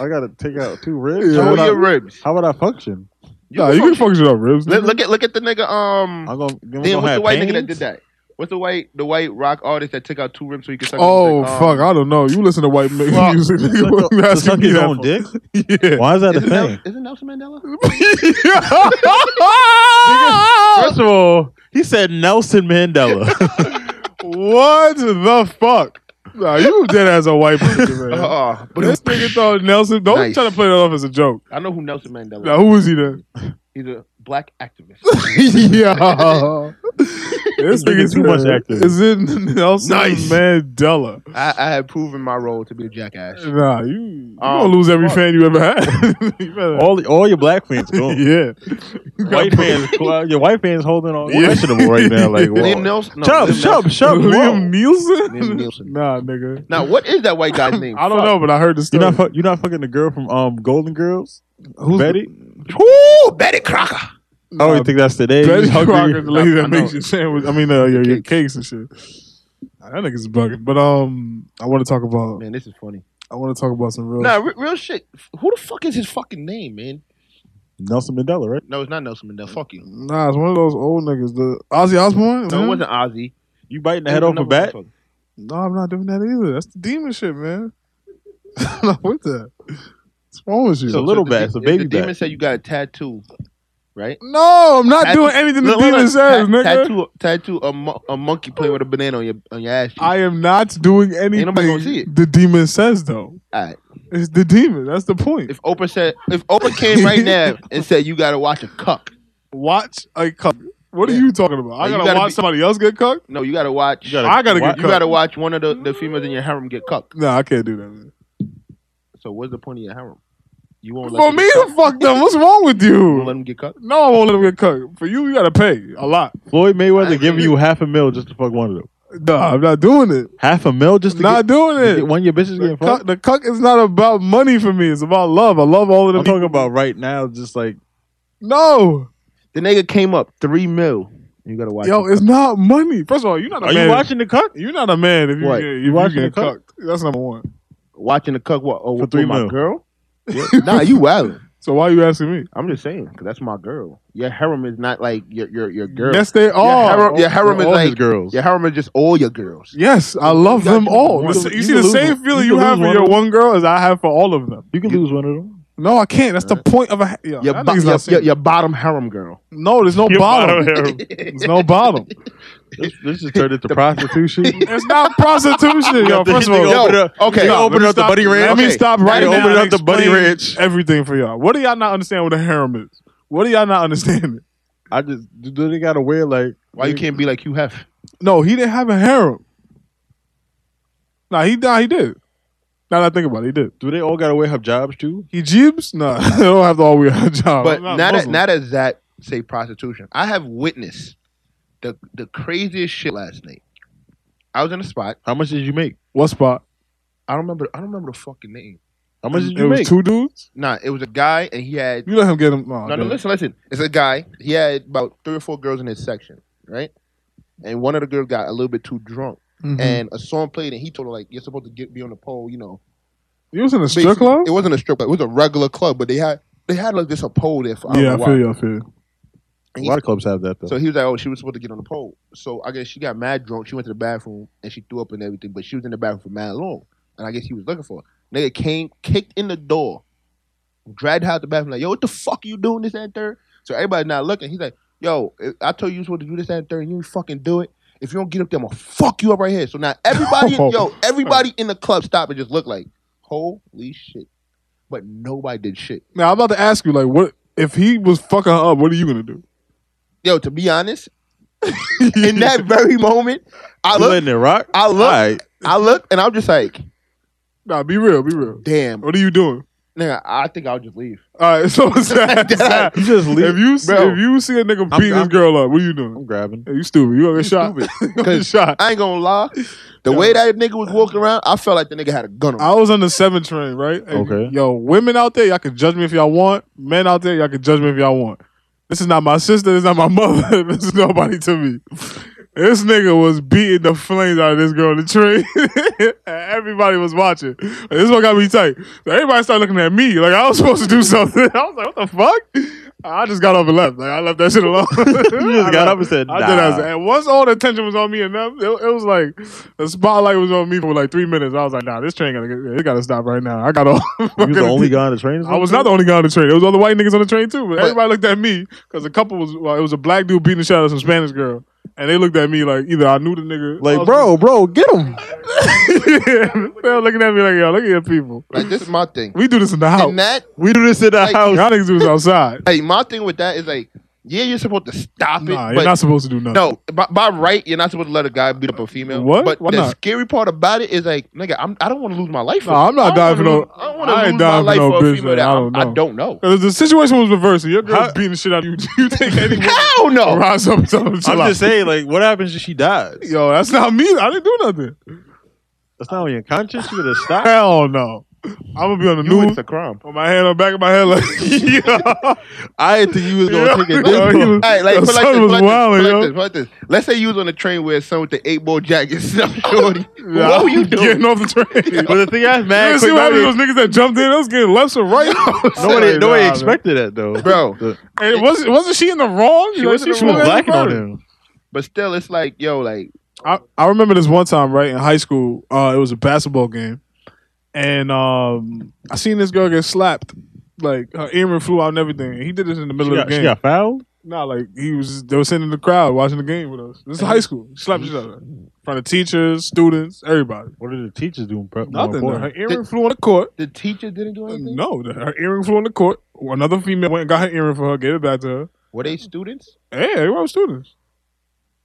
I gotta take out two ribs. Yeah. How, Show would I, your ribs. how would I function? You Nah, can you can fuck- fuck shit up, ribs. Look, nigga. look at look at the nigga. Um, I'm gonna. I'm damn, gonna what's have the white nigga pains? that did that? What's the white the white rock artist that took out two ribs so he could suck? his Oh dick? Um, fuck, I don't know. You listen to white music, Fuck. music. nigga. To What you suck- to asking suck me his that own for? dick? Yeah. Why is that a Isn't, thing? Nel- isn't Nelson Mandela? First of all, he said Nelson Mandela. what the fuck? Nah, you dead as a white person, man. Uh, But this nigga thought Nelson. Don't Nice. try to play that off as a joke. I know who Nelson Mandela. Now is. who is he then? He's a black activist. yeah. this Nigga nigga too much acting. Is it Nelson Nice. Mandela? I, I have proven my role to be a jackass. Nah, you, you Um, gonna lose every fuck. Oh. fan you ever had. You better- all the- all your black fans gone. yeah. You got- White fans, your white fans holding on Yeah. questionable right now. Like, Liam whoa. Nelson. no, Chubb, Liam Chubb, Nelson. Chubb, Liam whoa. Nielsen? Liam Nielsen. Nah, nigga. Now, what is that white guy's name? I don't know, but I heard the You're story. not, fuck, you're not fucking the girl from um Golden Girls, Who's Betty. Ooh, Betty Crocker. I Nah, don't even think that's today. Betty He's hungry. Crocker, the lady I- that I makes know. your sandwich. I mean, uh, your, your cakes and shit. Nah, that nigga's bugging. But um, I want to talk about. Man, this is funny. I want to talk about some real. Nah, re- real shit. Who the fuck is his fucking name, man? Nelson Mandela, right? No, it's not Nelson Mandela. Fuck you. Nah, it's one of those old niggas. The Ozzy Osbourne. No, man. it wasn't Ozzy. You biting Mm-hmm. the It head was off a another bat? motherfucker. No, I'm not doing that either. That's the demon shit, man. I'm not with that. What's wrong with you? So- little the bat, de- it's a if baby The demon bat. said you got a tattoo, right? no, I'm not Tattoo- doing anything the Look, look, demon look. says, Ta- nigga. Tattoo, tattoo a, mo- a monkey playing with a banana on your on your ass. cheek. I am not doing anything. nobody gonna see it. The demon says though. Alright. It's the demon. That's the point. If Oprah said, if Oprah came right now and said you gotta watch a cuck, watch a cuck. What are Yeah. you talking about? I Like, you gotta, gotta watch be- somebody else get cucked. no, you gotta watch. You gotta- I gotta get you cucked. gotta watch one of the, the females in your harem get cucked. Nah, I can't do that. Man. So what's the point of your harem? You won't let For them me get to cut? fuck them, what's wrong with You won't you? let them get cut. No, I won't let them get cooked. For you, you gotta pay a lot. Floyd Mayweather I- giving you half a mil just to fuck one of them. No, I'm not doing it. Half a mil just to get, not doing to it. get one of your bitches getting The cuck, fucked. the cuck is not about money for me. It's about love. I love all of I'm them. talking about right now, just like no, The nigga came up three mil. You gotta watch. yo, it. it's not money. First of all, you're not a Are man. you watching the cuck? You're not a man if you What? get, if You watching you get the cuck? cucked. That's number one. watching the cuck. What? Oh, For with three my mil. girl. What? nah, you wildin'. So why are you asking me? I'm just saying, cause that's my girl. Your harem is not like your your your girl. Yes, they are. harem- your harem is All like- These girls. Your harem is just all your girls. Yes, I love You them got- all. you The can- sa- you, you see can the lose same one- feeling you you can have lose for one your of one girl as I have for all of them. You can You- lose one of them. No, I can't. That's the point of a. ha- Yo, Your, that bo- nigga's your, not your, saying- your bottom harem girl. No, there's no Your bottom. bottom harem. There's no bottom. This, this just turned into prostitution. It's not prostitution, yo. Yo, First of all, nigga, Yo, open it up. okay. You Yo, open let me up the stop- Buddy Ranch. Let me Okay. stop right You now. open and up the Buddy explain Ranch. Everything for y'all. What do y'all not understand what a harem is? What do y'all not understand? I just do- do they gotta wear like Why you can't be like Hugh Hef? No, he didn't have a harem. Nah, he nah, he did. Now that I think about it, he did. Do they all gotta wear hijabs too? He jeeps? Nah, they don't have to all wear a job. But I'm not not that, Muslim. not as that say prostitution. I have witnessed the the craziest shit last night. I was in a spot. How much did you make? what spot? I don't remember. I don't remember the fucking name. How much did it you was make? two dudes. Nah, it was a guy and he had You let him get him. Nah, No, no, dude. listen, listen. It's a guy. He had about three or four girls in his section, right? And one of the girls got a little bit too drunk, Mhm. and a song played, and he told her like, "You're supposed to get be on the pole," you know. you was in a Basically, strip club. It wasn't a strip club. It was a regular club, but they had they had like just a pole there for I don't yeah, I know why. feel you. I feel you. A lot of clubs have that though. So he was like, "Oh, she was supposed to get on the pole." So I guess she got mad drunk. She went to the bathroom and she threw up and everything, but she was in the bathroom for mad long, and I guess he was looking for her. Nigga came, kicked in the door, dragged her out the bathroom like, "Yo, what the fuck you doing this that, and third? So everybody not looking. He's like, "Yo, I- I told you you was supposed to do this that, and third, and you ain't fucking do it. If you don't get up there, I'm gonna fuck you up right here." So now everybody, Oh. yo, everybody in the club stopped and just looked like, "Holy shit!" But nobody did shit. Now I'm about to ask you, like, what if he was fucking her up? What are you gonna do? Yo, to be honest, in that very moment, I you looked. letting it rock? I look, Alright. I look, and I'm just like, Nah, be real. Be real. damn, What are you doing? nigga. I think I'll just leave. All right, so it's that, it's that. You just if leave. you see, Bro. if you see a nigga I'm- beating this I'm- girl up, what are you doing? I'm grabbing. Hey, you stupid. You gonna get shot. You gonna get shot. I ain't gonna lie. The way that nigga was walking around, I felt like the nigga had a gun on. I was on the seven train, right? And Okay. Yo, women out there, y'all can judge me if y'all want. Men out there, y'all can judge me if y'all want. This is not my sister. This is not my mother. this is nobody to me. This nigga was beating the flames out of this girl in the train. And Everybody was watching. And this one got me tight. So everybody started looking at me like I was supposed to do something. I was like, what the fuck? I just got up and left. Like I left that shit alone. You just got up and said, nah. I did. I was, and once all the attention was on me, and them, it, it was like the spotlight was on me for like three minutes. I was like, "Nah, this train gotta, it gotta stop right now." I got off. You was the only guy on the train. or I was something? not the only guy on the train. There was other white niggas on the train too. But everybody looked at me because a couple was. Well, it was a black dude beating the shit out of some Spanish girl, and they looked at me like either I knew the nigga, I Like, was- bro, bro, get him. they were looking at me like, "Yo, look at your people. Like this is my thing. We do this in the house. And that, We do this in the Like- house. Y'all niggas do this outside. like my thing with that is like, yeah, you're supposed to stop it, nah, but you're not supposed to do nothing. no, by, by right, you're not supposed to let a guy beat up a female. What? But Why the not? scary part about it is like, nigga, I'm, I don't want to lose my life. Nah, I'm not dying dying for no- I don't I want to ain't lose my dying for life no for a bitch that female that I I'm- don't I know. don't know. Because Uh, the situation was reversed. Your girl's How- beating the shit out of you. You take any woman Hell to no. rise up and tell Oh. I'm them to chill out. just saying, like, what happens if she dies? Yo, that's not me. I didn't do nothing. That's not on your conscience. You gotta stop. Hell no. I'm gonna be on the You, news it's a crime. with my hand on the back of my head like, yo, I didn't think you was gonna yo, take it. yo, this he far. was- All right, like, yo, put like, son was this, put like, wilding, this, put yo. like this, put like this. Let's say you was on a train with someone with the eight ball jacket, some shorty. Yeah, what were you Getting doing? off the train. But the thing that's You mad. didn't see quick, what happened nobody- to those niggas that jumped in? I was getting left and right. Nobody, Like, nobody nah, expected that though, Bro. The- man. Hey, wasn't, wasn't she in the wrong? She Like, was in the She was wrong. should've blacking been on fired. him. But still, it's like, yo, like, I, I remember this one time, right, in high school, uh, it was a basketball game. And um, I seen this girl get slapped. Like her earring flew out and everything. And he did this in the She middle of got, the game. she got fouled. Nah, like he was they were sitting in the crowd watching the game with us. This Mm-hmm. is high school. She slapped each other. In front of teachers, students, everybody. What did the teachers do? Prep Nothing. Her earring flew on the court. the teacher didn't do anything? No, her earring flew on the court. Another female went and got her earring for her, gave it back to her. Were they students? Hey, everybody was students.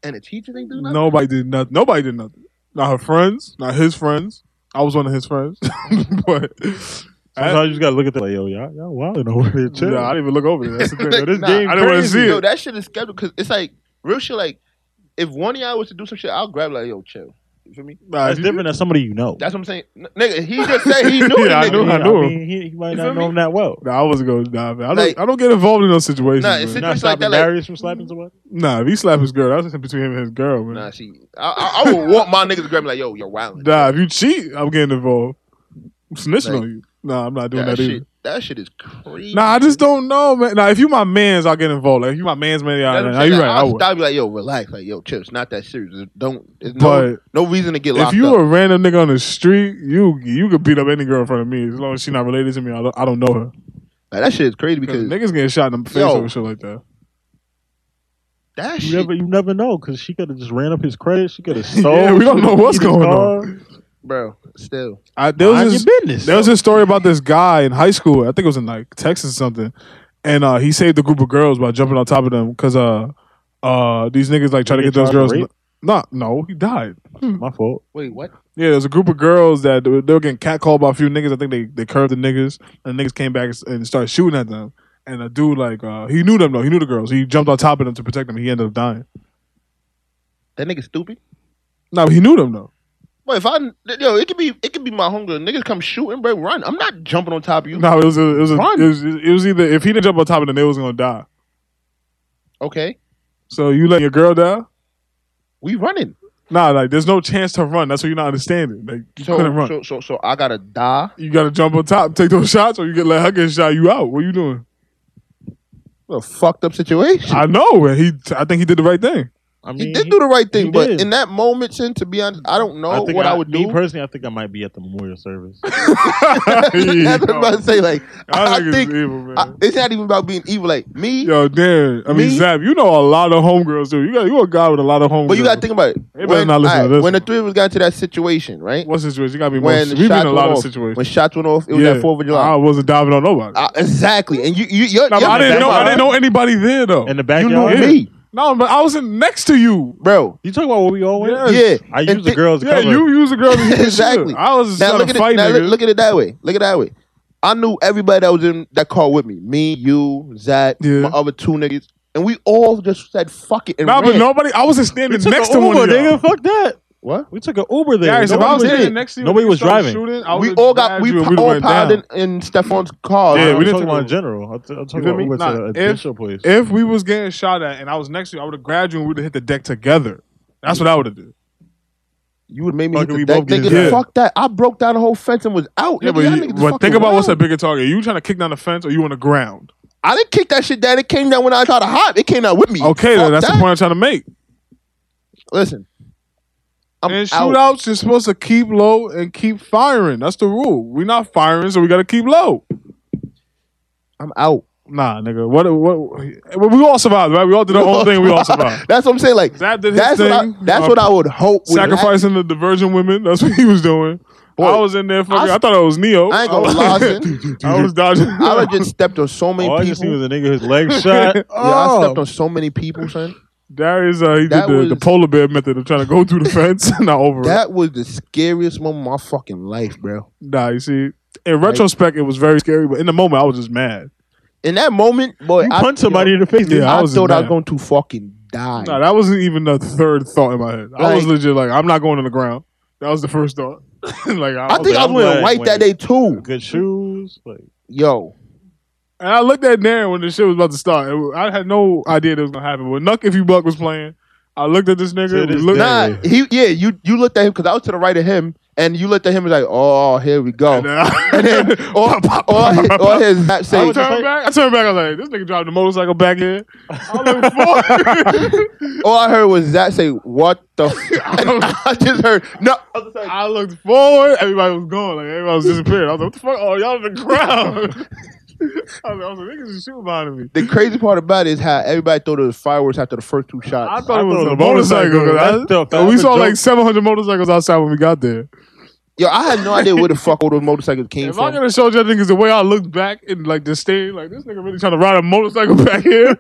And the teacher didn't do nothing? Nobody did nothing. Nobody did nothing. Not her friends, not his friends. I was one of his friends. but Sometimes you just gotta look at that like, yo, y'all, y'all wilding over there. Chill. Yeah, I didn't even look over there. That's the thing. Yo, this Nah, game I didn't wanna crazy. see it. Yo, that shit is scheduled because it's like real shit. Like if one of y'all was to do some shit, I'll grab like yo, chill. You feel me? Nah, That's you- different than somebody you know. That's what I'm saying, N- nigga. He just said he knew. Yeah, yeah, I I knew. mean, I knew him. mean, he, he might You not feel know me? him that well. Nah, I wasn't going. Nah, man. I don't. Like- I don't get involved in those situations. Nah, Nah, it's man. Not Situations like stopping that, like- Darius from slapping somebody. nah if he slap his girl, that's between him and his girl, man. Nah, see, I, I, I would want my niggas to grab me like yo, you're wild. Nah, if you cheat, I'm getting involved. I'm snitching Like- on you. Nah, I'm not doing that, that, either. shit. That shit is crazy. Nah, I just don't know, man. Nah, if you my man's, I'll get involved. Like, if you my man's man, yeah, That's what nah, I'm saying. you Like, right. I I'll would. stop you like, yo, relax, like, yo, chill. It's not that serious. There's- Don't. There's no, But no reason to get if locked you up. a random nigga on the street, you you could beat up any girl in front of me as long as she's not related to me. I don't, I don't know her Like, that shit is crazy because because niggas getting shot in the face Yo. over shit like that. that You shit. never, you never know, because she could have just ran up his credit. She could have stole. Yeah, we she don't coulda know what's beat his going car. bro. Still, I, there was Mind this, your business. there was this story about this guy in high school. I think it was in like Texas or something, and uh, he saved a group of girls by jumping on top of them because uh uh these niggas like try to Did he get get those charged with girls. rape? Nah, no, he died. my fault. wait, what? Yeah, there's a group of girls that they were getting catcalled by a few niggas. I think they, they curved the niggas, and niggas came back and started shooting at them. And a dude like uh, he knew them though. He knew the girls. He jumped on top of them to protect them. He ended up dying. That nigga stupid. No, he knew them though. Wait, if I yo, it could be it could be my hunger. Niggas come shooting, bro. Run. I'm not jumping on top of you. No, it was a, it was a, Run. it was it was either if he didn't jump on top of them, they was gonna die. Okay, So you let your girl die? we running. Nah, like there's no chance to run. That's what you're not understanding. Like you So, couldn't run. so so so I gotta die. you gotta jump on top, take those shots, or you get let her get shot. You out. What you doing? What a fucked up situation. I know. and He, I think he did the right thing. I he mean, did do the right thing, he but did. in that moment, sin, to be honest, I don't know I think what I, would me do. personally. I think I might be at the memorial service. That's what I'm about to say. Like, I, I think, think it's evil, man. I- it's not even about being evil. Like me, Yo, Dan. I mean, Me? Zap. You know a lot of homegirls, too. You got you a guy with a lot of homegirls. but you gotta think about it. They better not listen to alright, this when the one. three of us got into that situation, right? What situation? You gotta be. When Most, we've been shots in a went lot of off, situations. when shots went off, it was Yeah. that Fourth of July. I wasn't diving on nobody. Uh, exactly, and you, you, you're, Nah, but you're I didn't know. I right. didn't know anybody there though. In the You backyard. know Yeah. me, no, but I was in next to you. bro. You talking about what we all went? Yeah. Yeah, I And use the thi- girls. Yeah, cover. you use the girl. Exactly. I was just Now trying look to at it. fight Now look, niggas. look at it that way. Look at it that way. I knew everybody that was in that car with me. Me, you, Zach, Yeah. my other two niggas, and we all just said fuck it and Nah, but ran. nobody. I wasn't We standing took next a to Uber, one of y'all. nigga. Fuck that. What? We took an Uber there. Guys, if I was Nobody standing did. next to you, Nobody when you was started driving. Shooting, I we would've all got grabbed we, you and pa- would've all went down. piled in, in Stefan's car. Yeah, Yeah, we we didn't didn't talk take about Uber. in general. I'm, t- I'm talking feel about me? we went Nah, to if- the additional place. If we was getting shot at and I was next to you, I would have grabbed you and we would have hit the deck together. That's what I would have did. You would make me Fuck hit it, the we deck, both get nigga. dead. Fuck that. I broke down the whole fence and was out. Yeah, nigga. but, Y'all you- niggas but fucking think about what's wild. that bigger target. You trying to kick down the fence or you want to ground? I didn't kick that shit down. It came down when I tried to hop. It came down with me. Okay, Fuck then that's that. the point I'm trying to make. Listen, I'm and out. shootouts, you're supposed to keep low and keep firing. That's the rule. We're not firing, so we got to keep low. I'm out. Nah, nigga. What? What? We all survived, right? We all did our own thing. We all survived. That's what I'm saying. Like Zach did his that's thing. what I, uh, that's what I would hope. would sacrificing the diversion women. That's what he was doing. Boy, I was in there. Fucking, I, I- thought I was Neo. I ain't Oh. gonna I lie, was- son. I was dodging. happen. I would just stepped on so many All Oh, I just seen people. was a nigga his leg shot. Yeah, I oh, stepped on so many people, son. Darius, uh, he did That the, the was- polar bear method of trying to go through the fence and not over it. That was the scariest moment of my fucking life, bro. Nah, you see, in retrospect, it was very scary, but in the moment, I was just mad. In that moment, boy, You I, punch somebody yo, in the face. Yeah, Yeah, I I, was thought I mad. was going to fucking die. Nah, that wasn't even the third thought in my head. I was Like- legit like, I'm not going on the ground. That was the first thought. like, I, I was like, think I I'm was wearing glad white when- that day too. good shoes. Like Yo, and I looked at Darren when the shit was about to start. It- I had no idea that was gonna happen. When Nuck If You Buck was playing, I looked at this To nigga. We this looked, day. nah, Yeah. he yeah, you you looked at him because I was to the right of him, and you looked at him and like, oh, here we and go. then I, And then all, all, his, all his not I say, was turned back. I turned back. I was like, this nigga dropped the motorcycle back in. I look forward. all I heard was that say, what the? F-? And I just heard no. I was like, I looked forward. Everybody was gone. Like everybody was disappearing. I was like, what the fuck? Oh, y'all on the ground. I was like, I was like, niggas is shooting behind me. The crazy part about it is how everybody thought it was fireworks after the first two shots. I thought it was a motorcycle. That's the- I- we that's saw the like joke. 700 motorcycles outside when we got there. Yo, I had no idea where the fuck all those motorcycles came If I from. could have showed y'all niggas the way I looked back and like the stage, like this nigga really trying to ride a motorcycle back here.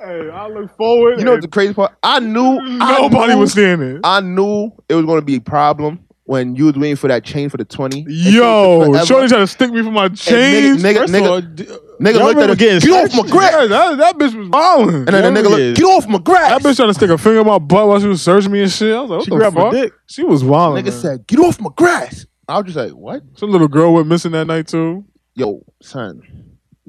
hey, I look forward. You know and what's the crazy part? I knew I nobody knew- was standing. I knew it was going to be a problem. when you was waiting for that chain for the twenty. It takes Yo, forever. Shorty trying to stick me for my chains. nigga- First nigga- of all, d- nigga Y'all looked at remember us. getting Get off my searched? grass! yeah, that, that bitch was wilding. And then the nigga Yeah. looked, get off my grass! that bitch trying to stick a finger in my butt while she was searching me and shit. I was like, what She the grabbed my fuck? dick. She was wilding. nigga said, get off my grass! I was just like, what? Some little girl went missing that night too. Yo, son.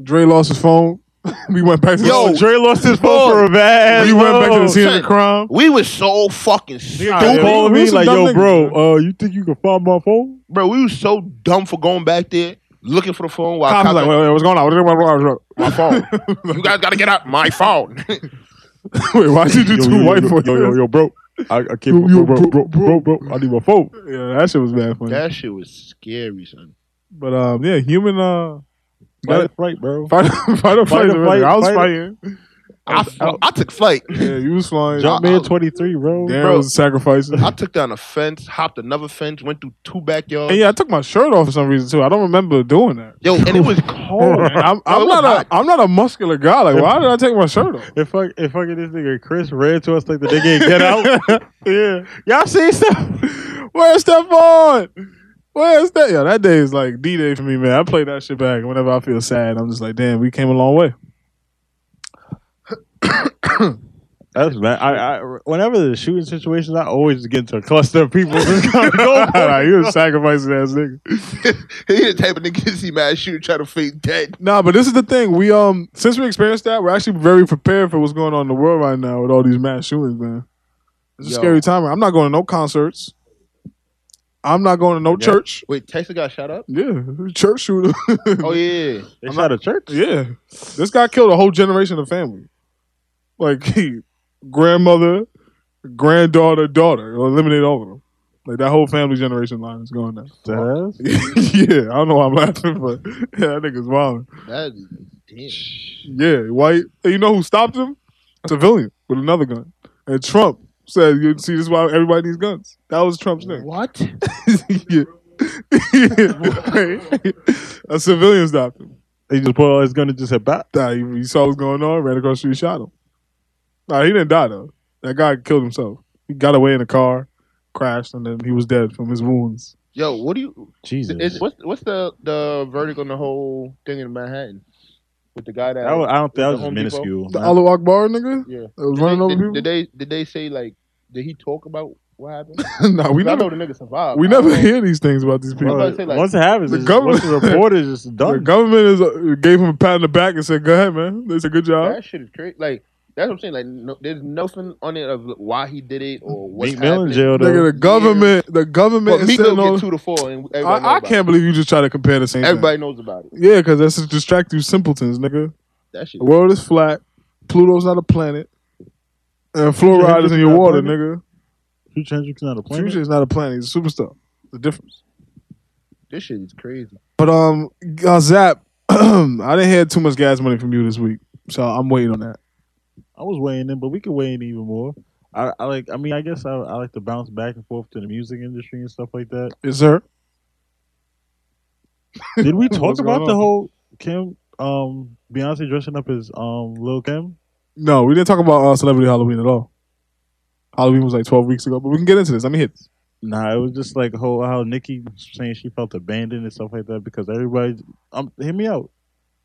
Dre lost his phone. we went back to Yo, Oh, Dre lost his phone for a bad. we went back to the scene of the son. crime. We was so fucking Nigga stupid. Dude, called we me some like, dumb yo, niggas, bro, uh, you think you can find my phone? Bro, we was so dumb for going back there, looking for the phone while Cops was cops like, like, wait, wait, what's going on? What's going on? my phone. you guys gotta get out my phone. Wait, why did you Yo, do yo, two yo, white yo, boys? Yo, yo, yo, bro. I, I can't, Yo, yo, bro, bro, bro, bro, bro, I need my phone. Yeah, that shit was bad funny. that shit was scary, son. But um, yeah, human uh, Fight or flight, bro. fight, fight or flight. Fight or really. I was flight, fight fighting. I, I took flight. Yeah, you was flying. Jump man, twenty three, bro. Darren Bro. was sacrificing. I took down a fence, hopped another fence, went through two backyards. And yeah, I took my shirt off for some reason too. I don't remember doing that. Yo, and it was cold. And I'm, No, it I'm was not a hot. I'm not a muscular guy. Like, why did I take my shirt off? If fuck, if fucking this nigga Chris ran to us like the nigga, in get out. yeah. Y'all see stuff? Where's Stephon? Where's that? Yeah, that day is like D Day for me, man. I play that shit back whenever I feel sad. I'm just like, damn, we came a long way. That's bad. I, I, whenever the shooting situations, I always get into a cluster of people. Just kind of go. Nah, you a sacrificing ass nigga. he the type of nigga see mad shoot, try to fake dead. Nah, but this is the thing. We um since we experienced that, we're actually very prepared for what's going on in the world right now with all these mass shootings, man. It's a Yo. scary time. I'm not going to no concerts. I'm not going to no Yeah. church. Wait, Texas got shot up? Yeah, church shooter. Oh yeah. They shot a church. Yeah, this guy killed a whole generation of family, like he, grandmother, granddaughter, daughter, eliminated all of them. Like that whole family generation line is going now. Deadass. yeah, I don't know why I'm laughing, but yeah, that nigga's wild. That is damn. Yeah, white. And you know who stopped him? A civilian with another gun. And Trump said, "You see, this is why everybody needs guns." That was Trump's thing. What? yeah. a civilian stopped him. He just pulled out his gun and just said, "Bat." Nah, he, he saw what's going on, ran across the street, shot him. Nah, he didn't die though. That guy killed himself. He got away in a car, crashed, and then he was dead from his wounds. Yo, what do you Jesus. is, what's what's the the verdict on the whole thing in Manhattan? With the guy that, That was, I don't think that was The just Home minuscule. The Alu Akbar nigga Yeah. that was Did running they, over did- people. Did they did they say like did he talk about what happened? nah, we I know never the nigga survived. we I don't never know. hear these things about these people. Well, Bro, say, like, once it happens, the the government, government- report is just the done. government is, uh, gave him a pat on the back and said, "Go ahead, man. That's a good job." That shit is crazy. Like that's what I'm saying. Like no, there's nothing on it of why he did it or what Meek Mill in happened. jail Nigga, though. the government, the government But is Meek sitting Mill get on. two to four, and everybody knows I, I about can't believe you just try to compare the same. It. thing. Everybody knows about it. yeah, because that's to distract you simpletons, nigga. That shit. The world is flat. Pluto's not a planet. And fluoride is in your water, nigga. Future Hendrix not a planet. Future is not a planet. He's a superstar. The difference. This shit is crazy. But um, uh, Zap, I didn't hear too much gas money from you this week, so I'm waiting on that. I was weighing in, but we could weigh in even more. I, I like. I mean, I guess I, I like to bounce back and forth to the music industry and stuff like that. Yes, sir. Did we What's talk going about the on? whole Kim, um, Beyonce dressing up as um Lil Kim? No, we didn't talk about uh, celebrity Halloween at all. Halloween was like 12 weeks ago, but we can get into this. Let me hit. This. Nah, it was just like whole how Nikki saying she felt abandoned and stuff like that because everybody, um, hear me out,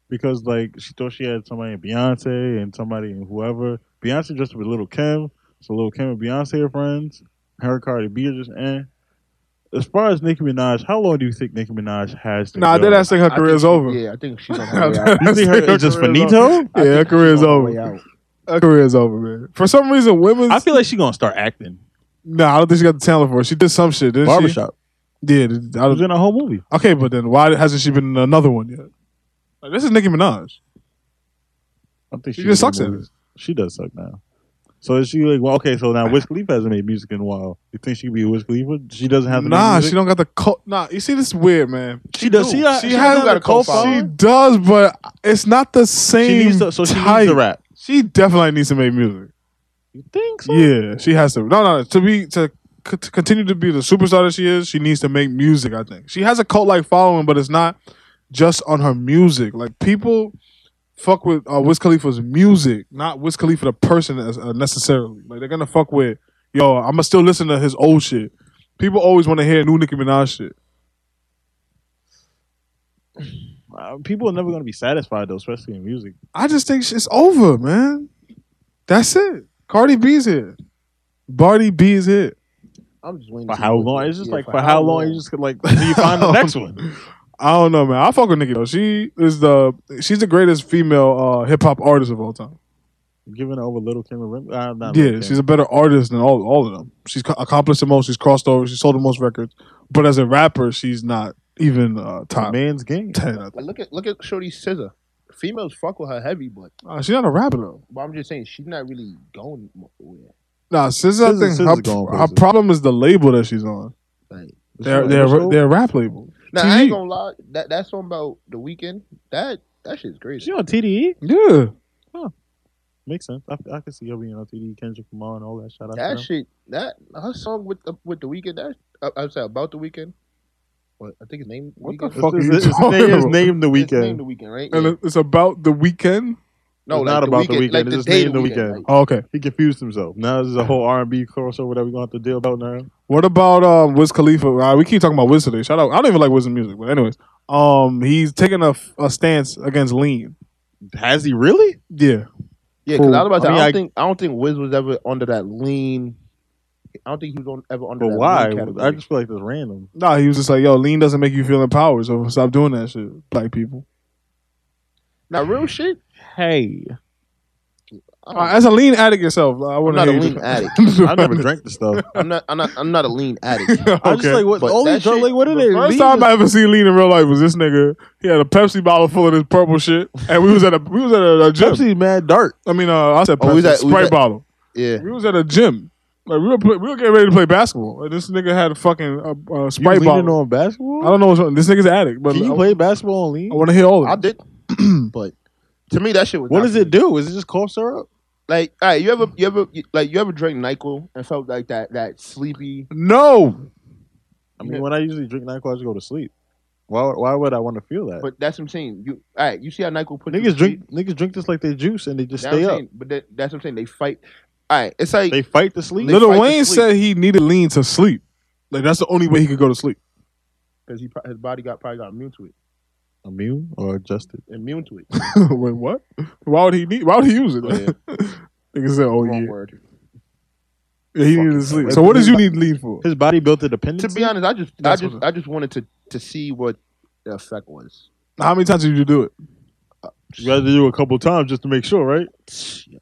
because like she thought she had somebody in Beyonce and somebody in whoever. Beyonce dressed up with Little Kim, so Little Kim and Beyonce are friends. Her and Cardi B are just in. As far as Nicki Minaj, how long do you think Nicki Minaj has to Nah, I go? did ask her I think career's she- over. Yeah, I think she's on her way out. You think her Her is just career's finito? over. I Yeah, her think she's career's on her over. way out. Her career's over, man. For some reason, women's. I feel like she's gonna start acting. nah, I don't think she got the talent for it. She did some shit, didn't Barbershop. she? Yeah, I I don't, was in a whole movie. Okay, but then why hasn't she been in another one yet? Like, this is Nicki Minaj. I think she, She just was sucks in at movies. She does suck now. So is she like well, okay? So now Wiz Khalifa hasn't made music in a while. You think she could be Wiz Khalifa? She doesn't have the Nah, music? she don't got the cult. Nah, you see, this is weird, man. She does. do. She, got- She she, do has got a a cult cult She following. does, but it's not the She, same. needs to. So she type. needs to rap. She definitely needs to make music. You think so? Yeah, she has to. No, no, to be to, c- to continue to be the superstar that she is, she needs to make music. I think she has a cult like following, but it's not just on her music. Like people fuck with uh, Wiz Khalifa's music, not Wiz Khalifa the person as, uh, necessarily. Like they're gonna fuck with yo. I'm gonna still listen to his old shit. People always want to hear new Nicki Minaj shit. Uh, people are never gonna be satisfied though, especially in music. I just think it's over, man. That's it. Cardi B's here. Barty B is here. I'm just waiting For to how see what- long? It's just yeah, like for, how long? You just like do you find the next one? I don't know, man. I fuck with Nicki though. She is the she's the greatest female uh, hip hop artist of all time. Giving over Little Kim and Rim. Uh, not yeah, Little Kim. she's a better artist than all all of them. She's co- accomplished the most. She's crossed over. She's sold the most records. But as a rapper, she's not even uh, a top man's game. ten. I think. But look at look at Shorty Scissor. Females fuck with her heavy, but Uh, she's not a rapper though. but I'm just saying she's not really going nowhere. Nah, SZA, SZA- I think SZA's her, going her crazy. problem is the label that she's on. Like They're Is they're she on Ever they're a rap label. now, I TV. ain't gonna lie. That that song about the weekend. That that shit's Show? crazy. She on TDE? Yeah, Makes sense. I, I can see her being on TDE, Kendrick Lamar, and all that. Shout out. That to them. shit. That her song with the, with the weekend. That uh, I'm sorry about the weekend. What I think his name. What the Weeknd? It's- fuck are you it's- it's talking name- it's about? named the His name weekend. the weekend, right? and Yeah. it- it's about the weekend. no, it's like not the about The weekend, Weeknd, Like it's the just day named the The weekend. Weeknd. like- Oh, okay. He confused himself. Now there's a whole R and B crossover that we're gonna have to deal about now. What about um, Wiz Khalifa? Uh, we keep talking about Wiz today. Shout out. I don't even like Wiz's music, but anyways, um, he's taking a, f- a stance against lean. Has he really? Yeah, Yeah, because I was about to. I I, mean, don't I- think I don't think Wiz was ever under that lean. I don't think he was on, ever under But that why? lean I category. just feel like that's random. nah, he was just like, yo, lean doesn't make you feel empowered, so stop doing that shit, black people. Now, real shit. Hey, I don't- Uh, as a lean addict yourself, I want I'm to. not a lean addict. I never drank the stuff. I'm not. I'm not. I'm not a lean addict. I just like what But all that these drugs, shit- like what are the they? First Lean time is- I ever seen lean in real life was this nigga. He had a Pepsi bottle full of this purple shit, and we was at a we was at a, a gym. Pepsi mad dark. I mean, uh, I said Pepsi, Oh, we was at- we was Sprite at- bottle. Yeah. We was at a gym. Like we were play, we were getting ready to play basketball, and this nigga had a fucking uh, uh, You sprite leaning bottle. on basketball? I don't Oh, know what's wrong. This nigga's an addict, but Can you I, play basketball and lean? want to hear all I of it. did, but to me that shit was. What not does it do? Is it just cough syrup? Like, all right, you ever, you ever, like, you ever drank Nyquil and felt like that, that sleepy? No, I mean, Yeah. when I usually drink Nyquil, I just go to sleep. Why? Why would I want to feel that? But that's what I'm saying. You, all right, you see how Nyquil put niggas drink. Niggas drink this like they juice, and they just stay up. But that, that's what I'm saying. They fight. All right, it's like They fight to sleep. Little fight to Wayne sleep. said he needed lean to sleep. Like that's the only way he could go to sleep. because he pro- his body got probably got immune to it, Immune or adjusted? immune to it. Wait, what? Why would he need? Why would he use it? Oh, yeah. Nigga said, "Oh Wrong yeah, word. Yeah, he needed to sleep." So what does you need lean for? His body built a To dependency. be honest, I just, That's I just, what- I just wanted to to see what the effect was. How many times did you do it? you had to do it a couple times just to make sure, right? Yeah.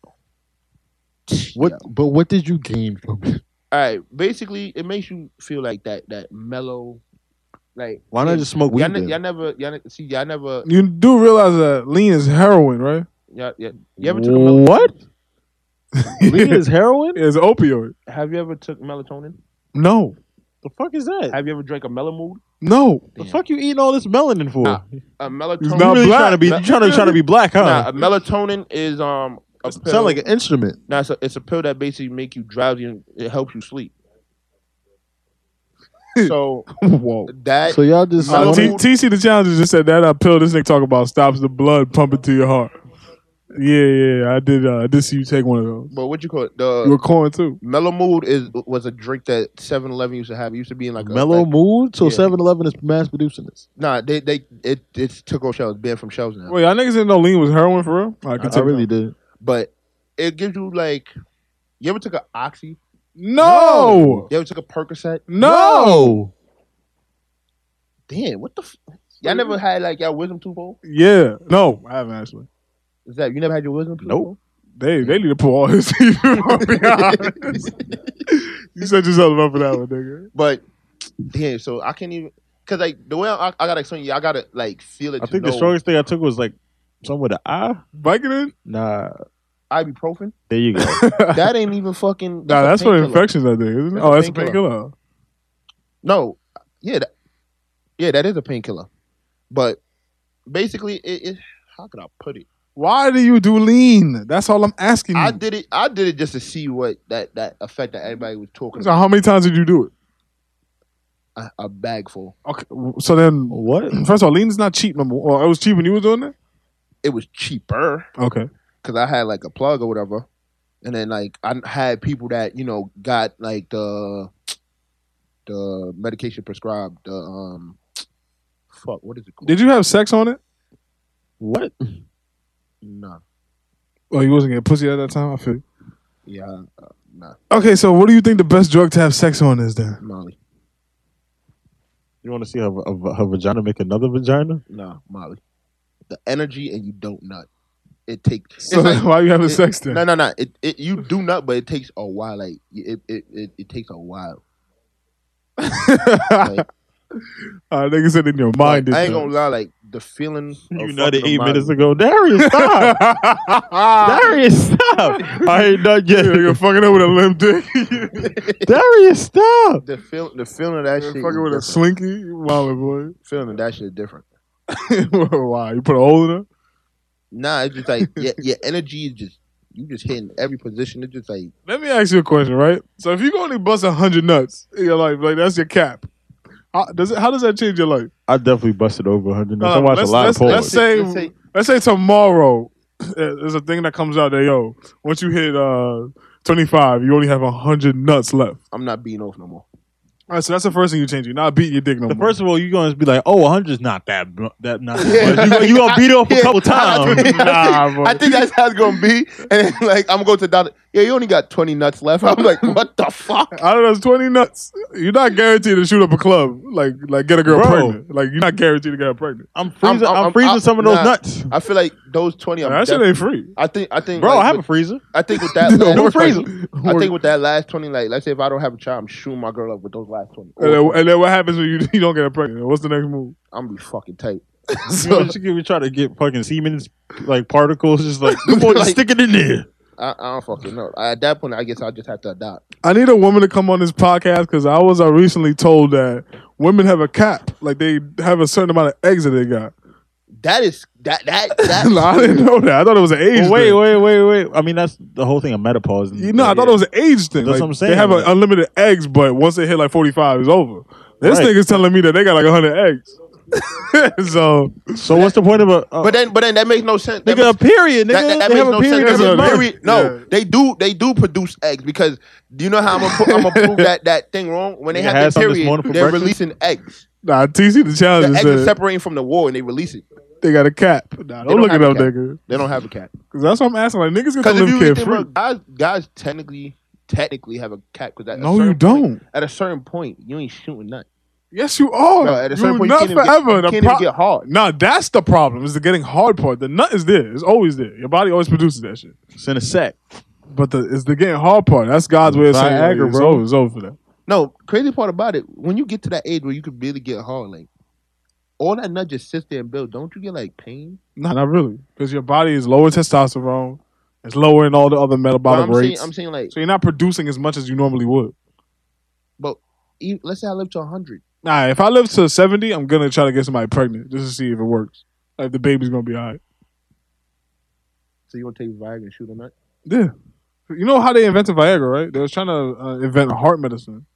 But what did you gain from it? All right, basically, it makes you feel like that, that mellow, like. Why not just smoke weed? Y'all, ne- then? y'all never, y'all ne- see, y'all never, You do realize that lean is heroin, right? y'all, y'all, you ever took a melatonin? What? Lean it's is heroin? an opioid. Have you ever took melatonin? No, The fuck is that? Have you ever drank a melamood? no. The Damn. fuck you eating all this melanin for? Nah, A He's melatonin. You not really black. trying to be? You Nah. trying to trying to be black, huh? Nah, a melatonin is um a pill. Sound like an instrument. nah, it's, a, it's a pill that basically make you drowsy and it helps you sleep. so Whoa. that So y'all just I So don't T- know. TC the challenger just said that uh, pill this nigga talk about stops the blood pumping to your heart. Yeah, yeah, I did. Uh, I did see you take one of those. but what you call it? You were The calling too. melamood is was a drink that 7-Eleven used to have. It used to be in like a mellow like- mood. So Yeah. 7-Eleven is mass producing this. nah, they they it it took on shelves, banned from shelves now. Wait, y'all niggas didn't know lean was heroin for real. I, I, continue. really did. But it gives you like. You ever took a oxy? No, You ever took a Percocet? no. Damn, what the? F- y'all never had like y'all wisdom tooth pulled? Yeah, no. I haven't actually. Is that you never had your wisdom tooth? Nope. They they need to pull all his teeth. if I'm being honest. you set yourself up for that one, nigga. But yeah, so I can't even because like the way I, I gotta explain you, I gotta like feel it. I to think know the strongest thing I took was like something with an I. Vicodin. Nah, ibuprofen. there you go. That ain't even fucking. Nah, a that's for painkiller. infections, I think. Isn't it? That's Oh, a that's a painkiller. painkiller. No, yeah, that, yeah, that is a painkiller. But basically, it, it how could I put it? Why do you do lean? That's all I'm asking you. Hmm. I did it. I did it just to see what that that effect that everybody was talking So about. how many times did you do it? A, a bag full. Okay, so then what? First of all, lean is not cheap. Number one, Or it was cheap when you were doing that. It was cheaper. Okay, because I had like a plug or whatever, and then like I had people that you know got like the the medication prescribed, the um, fuck, what is it called? Did you have sex on it? What? Nah, Oh, you wasn't getting pussy at that time. I feel. you. yeah, uh, nah, Okay, so what do you think the best drug to have sex on is then? Molly, You want to see her, her, her vagina make another vagina? nah, Molly. The energy and you don't nut. It takes. So it's like- why are you having it- sex then? No, no, no. It, it you do nut, but it takes a while. Like it, it, it, it takes a while. I Like, nigga said in your mind. I it ain't does. gonna lie. Like the feeling. You of nutted fucking Ah! a eight Molly- minutes ago. Darius, stop. Um, Darius, stop. I ain't done Yeah, yet. you're fucking up with a limp dick. Darius, stop. The feel, the feeling of that You're shit. is fucking with a different. slinky. Wow, boy. feeling of that shit is different. wow, you put a hole in her? Nah, it's just like your, your energy is just you just hitting every position. It's just like Let me ask you a question, right? So if you go only bust hundred nuts in your life, like that's your cap. How does it? How does that change your life? I definitely busted over 100. No, I watched let's- a lot let's- of porn. let's say- Let's say tomorrow, uh, there's a thing that comes out that yo, once you hit uh 25, you only have hundred nuts left. I'm not beating off no more. All right, so that's the first thing you change. You're not beating your dick no The more. first of all, you're gonna be like, "Oh, 100's not that bl- that not." Yeah. That much. You, gonna- you gonna beat it off a Yeah. couple times. nah, bro. I think that's how it's gonna be. And then, like I'm gonna go to the doctor. Yeah, you only got 20 nuts left. I'm like, what the fuck? I don't know, it's 20 nuts. You're not guaranteed to shoot up a club, like like get a girl Bro. pregnant. Like you're not guaranteed to get her pregnant. I'm freezing. I'm- I'm, I'm- freezing I'm- some of those nah. nuts, I feel like those 20. I'm that shit def- ain't free. I think I think bro. like, I have a with- freezer. I think with that New last freezer. 20, I think with that last 20, like let's say if I don't have a child, I'm shooting my girl up with those last 20. And then, and then what happens when you, you don't get her pregnant? What's the next move? I'm gonna be fucking tight. You know, she could be trying to get fucking Siemens like particles, just like, "Come on, Like- stick it in there. I, I don't fucking know. At that point, I guess I'll just have to adopt. I need a woman to come on this podcast because I was uh, recently told that women have a cap. Like they have a certain amount of eggs that they got. That is that that No, I that. didn't know that. I thought it was an age Well, wait, thing. wait, wait, wait. I mean, that's the whole thing of menopause. You know, I thought it was an age thing. That's Like, what I'm saying. They have uh, unlimited eggs, but once they hit like 45, it's over. This Right. nigga's telling me that they got like 100 eggs. so So what's the point of a? Uh, but then but then that makes no sense. That nigga, a period, nigga. That, that, that they makes have no a period. sense. every That's a month. Every- no, Yeah. they do. They do produce eggs because do you know how I'm gonna, pro- I'm gonna prove that that thing wrong? When they Nigga have had their some this period, morning for they're breakfast? releasing eggs. Nah, TC the The challenge eggs said are separating from the wall and they release it. they got a cap. Nah, don't don't look at have a them cap. nigga. They don't have a cat. Cause that's what I'm asking. Like niggas get to Because if you live really think carefree. about guys, guys technically technically have a cat. Because No, you don't. At a certain point, you ain't shooting nothing. Yes, you are. No, at a You certain point, you nut can't even get- forever. you The can't even pro- get hard. Nah, that's the problem. Is the getting hard part. The nut is there. It's always there. Your body always produces that shit. It's in a sack. But the it's the getting hard part. That's God's way of saying like, Viagra, it's bro. over. It's over for that. No, crazy part about it, when you get to that age where you could really get hard, like all that nut just sits there and builds. Don't you get like pain? Nah, not really. Because your body is lower testosterone. It's lower in all the other But metabolic I'm saying, rates. I'm saying like, so you're not producing as much as you normally would. but e let's say I live to 100. Nah, if I live to 70, I'm gonna try to get somebody pregnant just to see if it works. Like the baby's gonna be alright. So you want to take Viagra and shoot a nut? Yeah. You know how they invented Viagra, right? They was trying to uh, invent heart medicine,